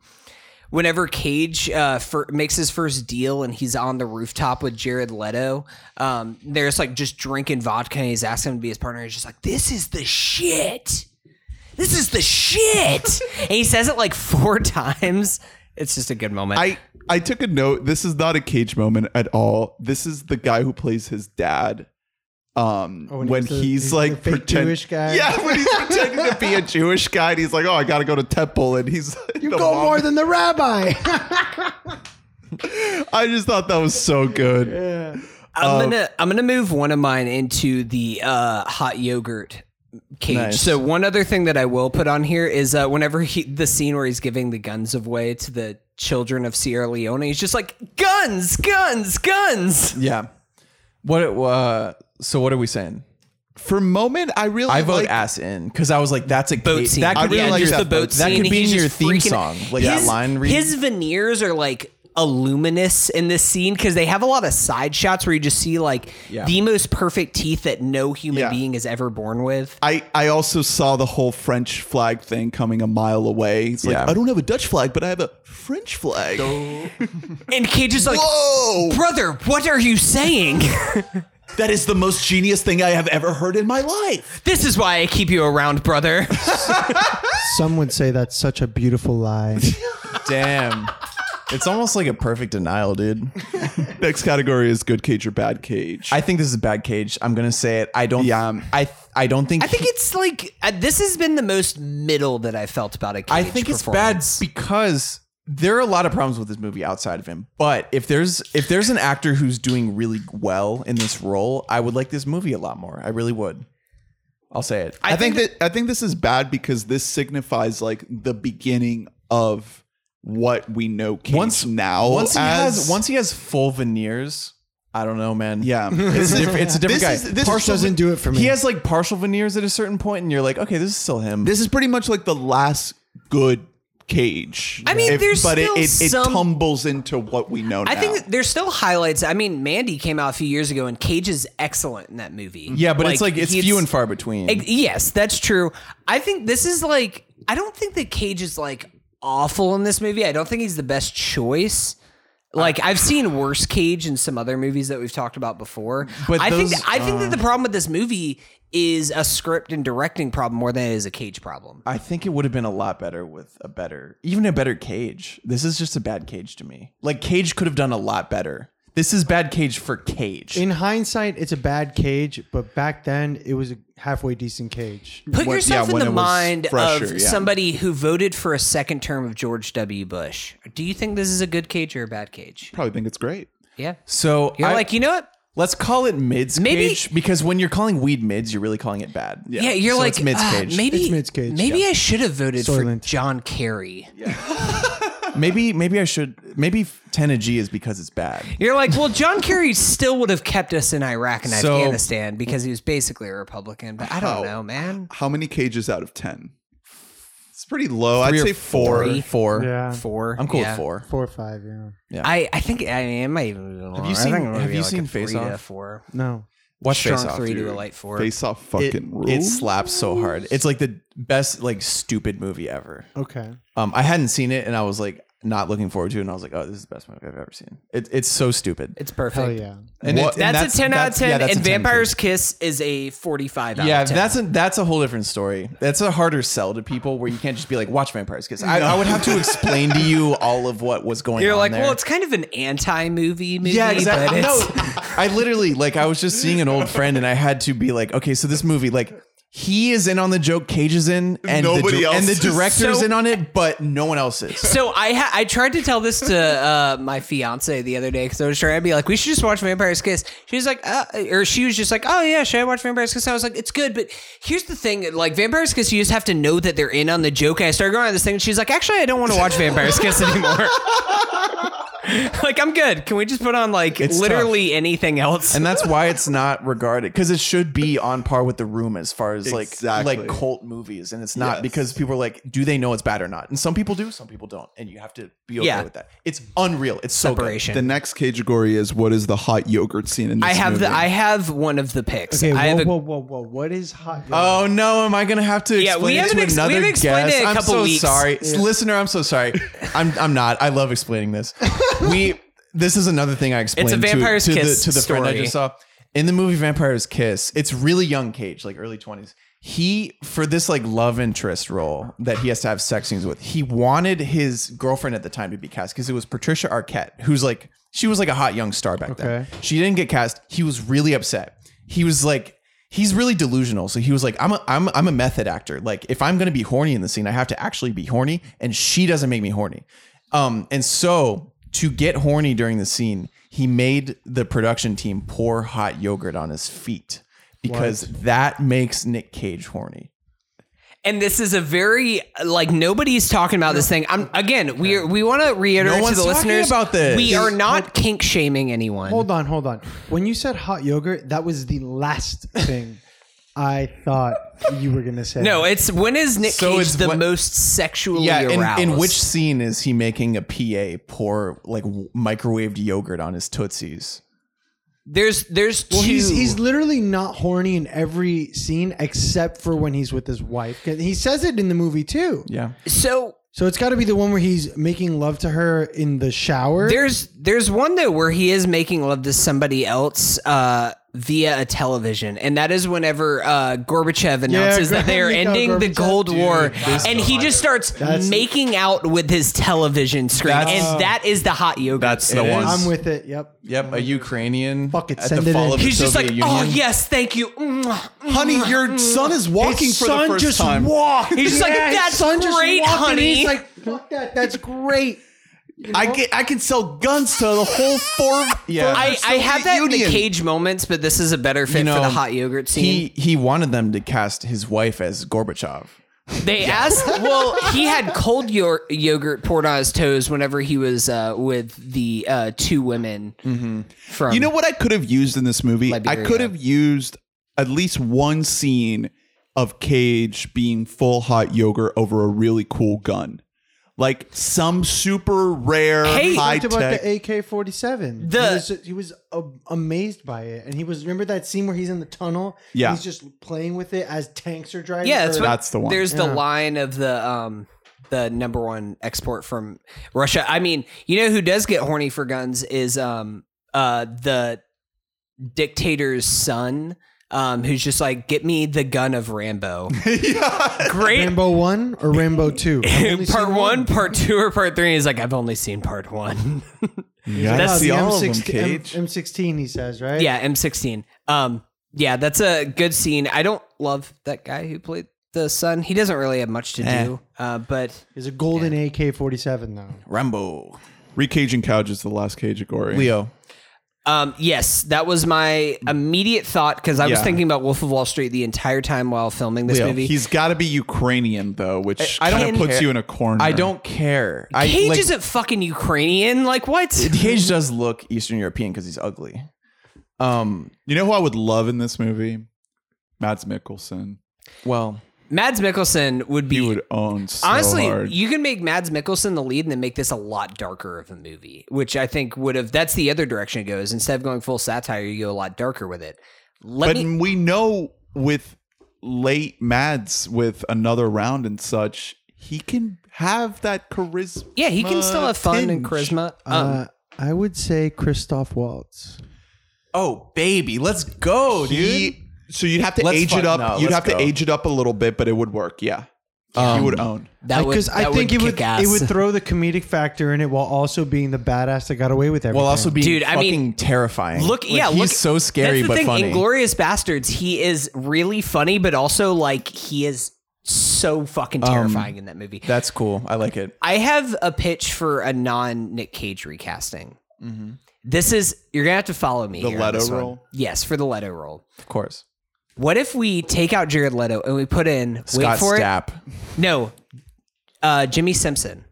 whenever Cage uh, fir- makes his first deal and he's on the rooftop with Jared Leto. Um, they're just like just drinking vodka and he's asking him to be his partner. He's just like, "This is the shit. This is the shit," and he says it like four times. It's just a good moment. I I took a note. This is not a cage moment at all. This is the guy who plays his dad. Um, Oh, when, when he's he's, the- he's like the fake pretend- Jewish guy? Yeah, when he's pretending to be a Jewish guy, and he's like, "Oh, I got to go to temple," and he's you go more than the rabbi I just thought that was so good. I'm Um, gonna I'm gonna move one of mine into the uh, hot yogurt cage. Nice. So one other thing that I will put on here is uh, whenever he the scene where he's giving the guns away to the children of Sierra Leone, he's just like guns, guns, guns. yeah. What? it- Uh, so what are we saying? For a moment, I really I vote like, ass in because I was like, that's a Boat cage- scene. That could really be yeah, like just that the boat That scene. could be in He's your just theme freaking- song, like that his- line. Read. His veneers are like a luminous in this scene because they have a lot of side shots where you just see like Yeah. the most perfect teeth that no human Yeah. being is ever born with. I, I also saw the whole French flag thing coming a mile away. It's like Yeah. I don't have a Dutch flag, but I have a French flag. And Cage is like, Whoa! brother, what are you saying? That is the most genius thing I have ever heard in my life. This is why I keep you around, brother. some would say that's such a beautiful lie Damn. It's almost like a perfect denial, dude. Next category is good cage or bad cage. I think this is a bad cage. I'm gonna say it. I don't. Yeah. I I don't think. I think it's like uh, this has been the most middle that I felt about a cage I think it's bad performance. because there are a lot of problems with this movie outside of him. But if there's if there's an actor who's doing really well in this role, I would like this movie a lot more. I really would. I'll say it. I think that I think this is bad because this signifies like the beginning of what we know Cage once uh, now. once he as, has once he has full veneers, I don't know, man. yeah, It's a different, it's a This different guy. is- this Partial doesn't do it for me. He has like partial veneers at a certain point, and you're like, okay, this is still him. this is pretty much like the last good Cage. I mean, there's but still it, it, it some- tumbles into what we know. I now. think that there's still highlights. I mean, Mandy came out a few years ago, and Cage is excellent in that movie. yeah, but it's like it's he's- few and far between. Ex- Yes, that's true. I think this is like I don't think that Cage is like awful in this movie. I don't think he's the best choice. Like Uh, I've seen worse Cage in some other movies that we've talked about before. But I those- think I think uh, that the problem with this movie is a script and directing problem more than it is a Cage problem. I think it would have been a lot better with a better, even a better cage. This is just a bad cage to me. Like Cage could have done a lot better. This is bad cage for Cage. In hindsight, it's a bad cage, but back then it was a halfway decent cage. Put When- yourself yeah, in when the it was mind fresher, of yeah. somebody who voted for a second term of George W. Bush. Do you think this is a good cage or a bad cage? probably think it's great. Yeah. so You're I- like, you know what? let's call it mids Maybe- cage because when you're calling weed mids, you're really calling it bad. Yeah, you're So like it's mids "Ah, cage. maybe It's mids cage, Maybe I should have voted Soylent. for John Kerry. Maybe maybe I should maybe ten a G is because it's bad. You're like, well, John Kerry still would have kept us in Iraq and So- Oh. Afghanistan because he was basically a Republican. But I don't know, man. How many cages out of ten? It's pretty low. i I'd Three or say four. Three. Four. Yeah, Four. I'm cool yeah. with four. four or five. Yeah, I, I think I mean it might even be longer. you I seen- think it might have be you like seen a three Face to Off? Four. no, Watch Strong face off. three dude. to a light four. Face off, It, fucking rule. it slaps so hard. It's like the best like stupid movie ever. okay. Um, I hadn't seen it, and I was like not looking forward to it. And I was like, "Oh, this is the best movie I've ever seen." It, it's so stupid. It's perfect. Hell yeah. And That's, it- and a ten out of that's- ten. yeah, that's and a 10 for Vampire's Kiss is a forty-five out Yeah, of ten. that's a that's a whole different story. That's a harder sell to people where you can't just be like, "Watch Vampires Kiss." I, I would have to explain to you all of what was going. You're on like, there. well, it's kind of an anti-movie movie. yeah, exactly. But No, it's, I literally like I was just seeing an old friend, and I had to be like, "Okay, so this movie like." He is in on the joke. Cage is in, and Nobody the, dir- else and the is. director's So- in on it, but no one else is. So I ha- I tried to tell this to uh, my fiance the other day because I was trying to be like, we should just watch Vampire's Kiss. She was like, uh, or she was just like, oh yeah, should I watch Vampire's Kiss? And I was like, it's good, but here's the thing, like Vampire's Kiss, you just have to know that they're in on the joke. And I started going on this thing, and she's like, actually, I don't want to watch Vampire's Kiss anymore. like I'm good. Can we just put on like It's literally anything else? and that's why it's not regarded because it should be on par with the room as far as like Exactly. like cult movies and it's not Yes. because people are like do they know it's bad or not and some people do some people don't and you have to be okay Yeah. with that it's unreal it's so good. Separation. The next category is what is the hot yogurt scene in this I have movie? the I have one of the picks. Okay, whoa, I have whoa, whoa, whoa! What is hot? oh no am i gonna have to Yeah, explain we it haven't to ex- we another haven't explained guest? it a i'm couple so weeks. sorry listener i'm so sorry i'm i'm not i love explaining this we this is another thing i explained to- Vampire's to, Kiss the, to the friend i story. just saw in the movie vampire's kiss it's really young cage like early 20s he for this like love interest role that he has to have sex scenes with he wanted his girlfriend at the time to be cast because it was patricia arquette who's like she was like a hot young star back then Okay. she didn't get cast he was really upset he was like he's really delusional so he was like i'm a, I'm, I'm a method actor like if i'm gonna be horny in the scene i have to actually be horny and she doesn't make me horny um and so to get horny during the scene he made the production team pour hot yogurt on his feet because that makes Nick Cage horny. and this is a very like nobody's talking about this thing. I'm again, we we want to reiterate No to one's the talking listeners about this. We are not kink shaming anyone. Hold on, hold on. When you said hot yogurt, that was the last thing I thought you were gonna say. No, it's when is Nick So Cage it's the what- most sexually Yeah, aroused? in, in which scene is he making a PA pour like w- microwaved yogurt on his tootsies? there's there's two. Well, he's he's literally not horny in every scene except for when he's with his wife. 'Cause He says it in the movie too. Yeah, so So it's got to be the one where he's making love to her in the shower. there's there's one though where he is making love to somebody else. Uh, via a television, and that is whenever uh, Gorbachev announces that they are Mikhail ending the Gorbachev, Cold dude, War, and he just starts making out with his television screen, and that is the hot yoga. That's the one. I'm with it. Yep. Yep, a Ukrainian. Fuck it, at send the it fall in. of the Oh, He's just like, Soviet oh Union. yes, thank you. Mm, Mm-hmm. mm." honey, your son is walking for the son first just time. walked. He's just like, Yeah, his "That's son just great, walked and honey." He's like, fuck that. That's great. I get, I can sell guns to the whole four. Yeah. former I, I have Soviet that in Union. the cage moments, but this is a better fit You for know, the hot yogurt scene. He he wanted them to cast his wife as Gorbachev. They asked. Well, he had cold yo- yogurt poured on his toes whenever he was uh, with the uh, two women from. You know what I could have used in this movie? Liberia. I could have used at least one scene of Cage being full hot yogurt over a really cool gun. Like some super rare Hey, high talked about tech. the AK forty seven. The- he was, he was uh, amazed by it, and he was remember that scene where he's in the tunnel. Yeah. he's just playing with it as tanks are driving. Yeah, that's, or- what, That's the one. There's the Yeah. line of the um, the number one export from Russia. I mean, you know who does get horny for guns is um, uh, the dictator's son. Um, who's just like, get me the gun of Rambo. Great Rambo one or Rambo two. I've only part seen one, part two, or part three. He's like, I've only seen part one. Yeah, Uh, that's the the all of them, M16, M- Cage. M16, he says, right? Yeah, M16. Um, yeah, that's a good scene. I don't love that guy who played the son. He doesn't really have much to Eh. do. Uh, but He's a golden AK 47, though. Rambo. Recaging Couch is the last Cage of Gory. Leo. um, yes, that was my immediate thought because I was Yeah. thinking about Wolf of Wall Street the entire time while filming this Leo, movie. He's got to be Ukrainian though, which I- I I don't don't puts care. you in a corner. I don't care. I, Cage like, isn't fucking Ukrainian. Like what? Cage does look Eastern European because he's ugly. Um. You know who I would love in this movie? Mads Mikkelsen. Well, Mads Mikkelsen would be. He would own so Honestly, hard. you can make Mads Mikkelsen the lead and then make this a lot darker of a movie, which I think would have. That's the other direction it goes. Instead of going full satire, you go a lot darker with it. Let but me, we know with late Mads with another round and such, he can have that charisma. Yeah, he can Uh, still have fun and tinge. charisma. Um, Uh, I would say Christoph Waltz. oh baby, let's go, dude. He, so you'd have to Let's age fuck- it up. no, you'd let's have go. Um, to age it up a little bit, but it would work. Yeah, he would own. that would, Because I that think would it kick would ass. it would throw the comedic factor in it while also being the badass that got away with everything. Well, also being Dude, I fucking mean- terrifying. look. Like, yeah, he's look, so that's scary the but thing, funny. Inglorious Bastards. He is really funny, but also like he is so fucking Um, terrifying in that movie. That's cool. I like it. I have a pitch for a non Nick Cage recasting. Mm-hmm. This is you're gonna have to follow me. The here on Leto this one. role? yes, for the Leto role. Of course. What if we take out Jared Leto and we put in Scott wait for Stapp. it? No, uh, Jimmy Simpson.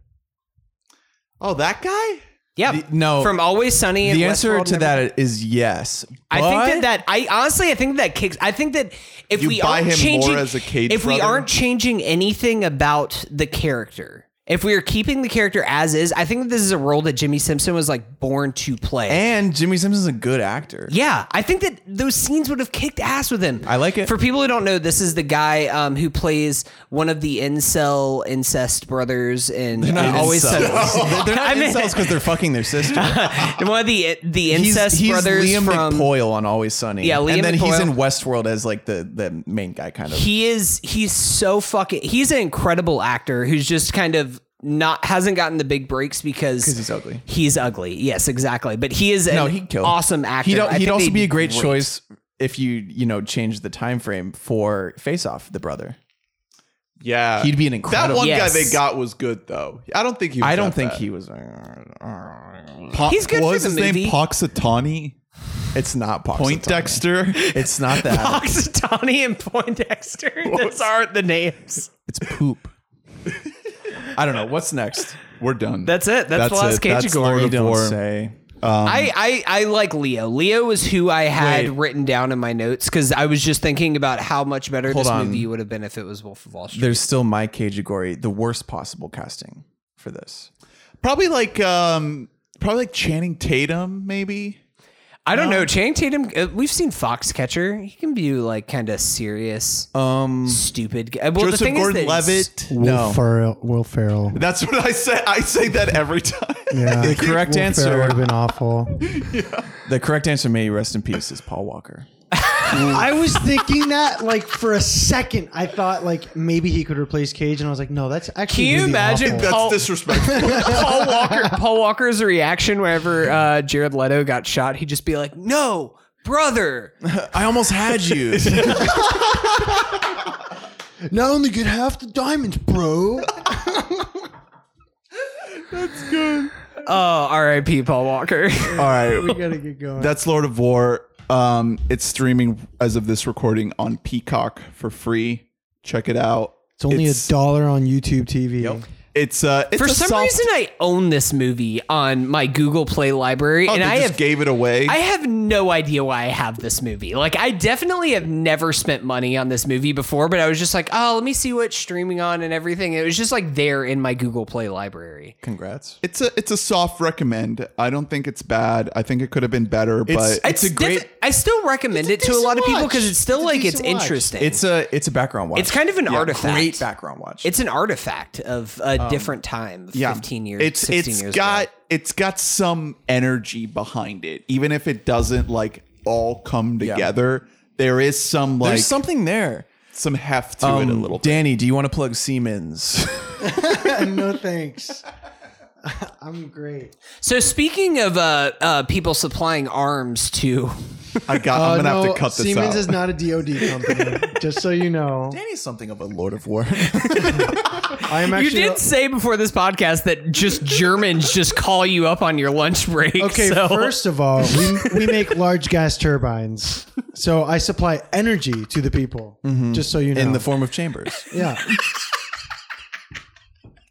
Oh, that guy. Yep. The- no. from Always Sunny. and The answer Westworld to and that is yes. I but- think that that I honestly I think that kicks. I think that if You we buy aren't him more changing as a Cage if we brother? aren't changing anything about the character, if we are keeping the character as is, I think that this is a role that Jimmy Simpson was like born to play. and Jimmy Simpson's a good actor. yeah, I think that those scenes would have kicked ass with him. I like it. For people who don't know, this is the guy um, who plays one of the incel incest brothers in Not in Always incels. Sunny. they're not I mean- incels because they're fucking their sister. one of the the He's- incest he's, brothers Liam from McPoyle on Always Sunny. Yeah, Liam and then he's McPoyle. in Westworld as like the the main guy kind of. he is he's so fucking he's an incredible actor who's just kind of not hasn't gotten the big breaks because 'Cause he's ugly. He's ugly. Yes, exactly. But he is an no, he'd kill. awesome actor. He'd, I he'd think also they'd be a great, great. choice if you you know change the time frame for Face Off, the brother. Yeah, He'd be an That incredible. one Yes. guy they got was good though. I don't think he. Was I don't that think bad. he was. uh, Po- He's good what for was the his movie. name? Poxitani, It's not Poxitani. Poindexter. It's not that. Oxitani and Poindexter. Those aren't the names. it's poop. I don't know. What's next? We're done. That's it. That's, the last it. Cage That's of Glory. Lord of War. say. I, I I like Leo. Leo was who I had Wait. written down in my notes because I was just thinking about how much better Hold this on. movie would have been if it was Wolf of Wall Street. There's still my Category, the worst possible casting for this. Probably like um, probably like Channing Tatum, maybe. I don't know. Channing Tatum. uh, We've seen Foxcatcher. He can be like kind of serious, Um, stupid. Guy. Well, the Joseph thing is that he's- Gordon-Levitt. Will Ferrell. Will Ferrell. That's what I say. I say that every time. Yeah, The correct Will answer- Ferrell would have been awful. the correct answer, may you rest in peace, is Paul Walker. I was thinking that like for a second, I thought like maybe he could replace Cage, and I was like, no, that's actually. Can you really imagine awful. That's Paul- disrespectful. Paul Walker. Paul Walker's reaction whenever uh, Jared Leto got shot, he'd just be like, "No, brother." I almost had you. Not only get half the diamonds, bro. Oh, R.I.P. Paul Walker. All right. we gotta get going. That's Lord of War. Um, it's streaming as of this recording on Peacock for free. Check it out. it's only a dollar on YouTube TV. It's uh, it's For a some soft- reason, I own this movie on my Google Play library, Oh, and they I just have gave it away. I have no idea why I have this movie. Like, I definitely have never spent money on this movie before, but I was just like, oh, let me see what's streaming on and everything. It was just like there in my Google Play library. Congrats. it's a it's a soft recommend. I don't think it's bad. I think it could have been better, It's- but It's a great- defi- I still recommend it It's a to a lot of decent people because watch. it's still It's a like it's decent watch. interesting. It's a it's a background watch. It's kind of an artifact. Great background watch. it's an artifact of a Um, different time, of fifteen years, It's sixteen it's years. got ago. it's got some energy behind it, even if it doesn't like all come together. There is some like There's some, something there. heft to it a Um, little bit. Danny, do you want to plug Siemens? no thanks. I'm great. So speaking of uh, uh, people supplying arms to, I got. I'm gonna have to cut this Uh, out. Siemens is not a DoD company. just so you know, Danny's something of a Lord of War. I am actually. you did say before this podcast that just Germans just call you up on your lunch break. Okay, so- first of all, we, we make large gas turbines, so I supply energy to the people. Just so you know, in the form of chambers. yeah.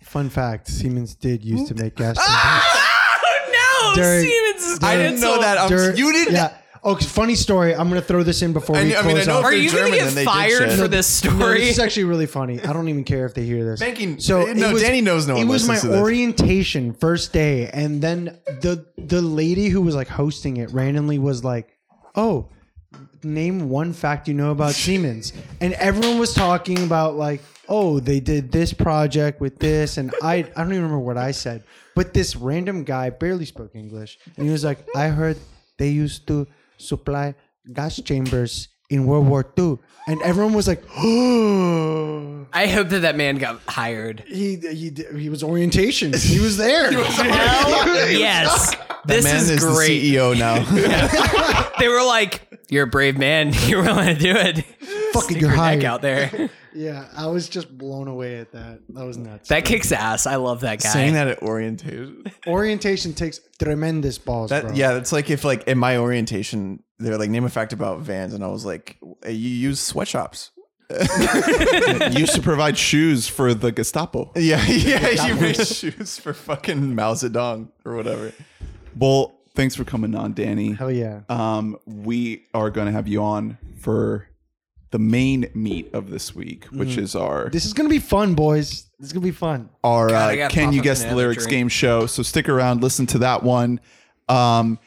Fun fact: Siemens did used to make gas turbines. no, During- Siemens is during- I didn't know Ah, that. I'm- Dur- you didn't. Yeah. Oh, funny story. I'm gonna throw this in before I we knew- I close mean, I know off. if Are they're you going German, to then they get did fired shit. for this No, story? this is actually really funny. I don't even care if they hear this. Thanking- So no, it was- Danny knows no one It was my listens to this. orientation first day, and then the the lady who was like hosting it randomly was like, "Oh, name one fact you know about Siemens," and everyone was talking about like. Oh, they did this project with this, and I, I don't even remember what I said. But this random guy barely spoke English, and he was like, "I heard they used to supply gas chambers in World War II," and everyone was like, "Oh." I hope that that man got hired. He he did- he was orientation. He was there. yes, this Man is, is the E great. CEO now. They were like, "You're a brave man. You're willing to do it." Fucking, Stick your you're neck hired. out there. yeah, I was just blown away at that. That was nuts. That kicks ass. I love that guy. Saying that at orientation. orientation takes tremendous balls, That bro. yeah, that's like if like in my orientation they're like name a fact about vans, and I was like, you use sweatshops. used to provide shoes for the Gestapo. Yeah, yeah, you made shoes for fucking Mao Zedong or whatever. Well, thanks for coming on, Danny. Hell yeah. Um, we are going to have you on for the main meat of this week, which Mm-hmm. is our This is gonna be fun, boys. This is gonna be fun. our I uh, gotta Can pop You up Guess and the have a Lyrics drink. game show. So stick around, listen to that one. Um,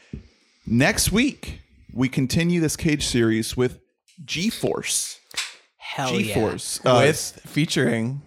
next week, we continue this Cage series with G Force. Hell G Force. Uh, With featuring,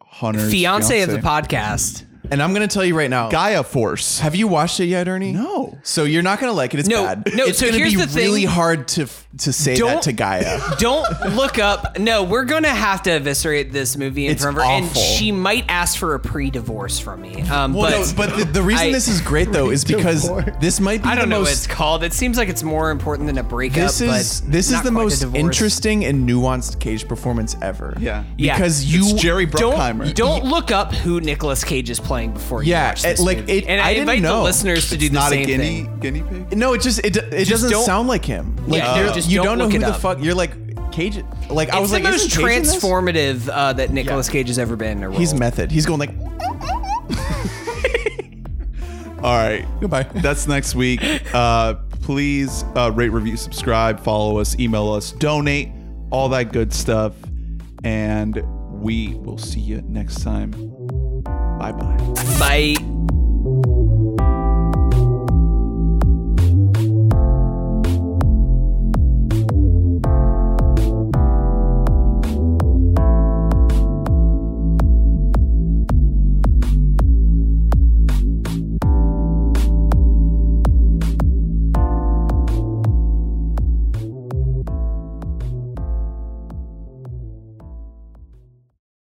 Hunter's Fiance, of the fiancé. podcast. and I'm gonna tell you right now, Gaia Force. have you watched it yet, Ernie? No. So you're not gonna like it. It's No, bad. no, It's so gonna here's be the thing. really hard to f- to say Don't- that to Gaia. Don't look up. No, we're gonna have to eviscerate this movie in It's front of her, and awful. she might ask for a pre-divorce from me. Um, Well, but no, but the, the reason I- this is great though is because this might be I don't the know what it's most called. It seems like it's more important than a breakup. this is but this is not the quite a most divorce. interesting and nuanced Cage performance ever. Yeah. Yeah. because you It's Jerry Bruckheimer. Don't, don't look up who Nicolas Cage is playing before you Yeah, watch this it- like, movie. it- and I, I didn't invite the know. listeners to do the Not a same guinea thing. guinea pig. No, it just it, it doesn't don't- sound like him. Like Yeah, you're- just you don't don't, know look who it the up. fuck you're like Cage. Like I It's was the like most isn't Cage in this? transformative uh, that Nicolas Yeah. Cage has ever been in a role. He's method. He's going like All right. goodbye. That's next week. Uh, please uh, rate, review, subscribe, follow us, email us, donate, all that good stuff. And we will see you next time. Bye bye. Bye.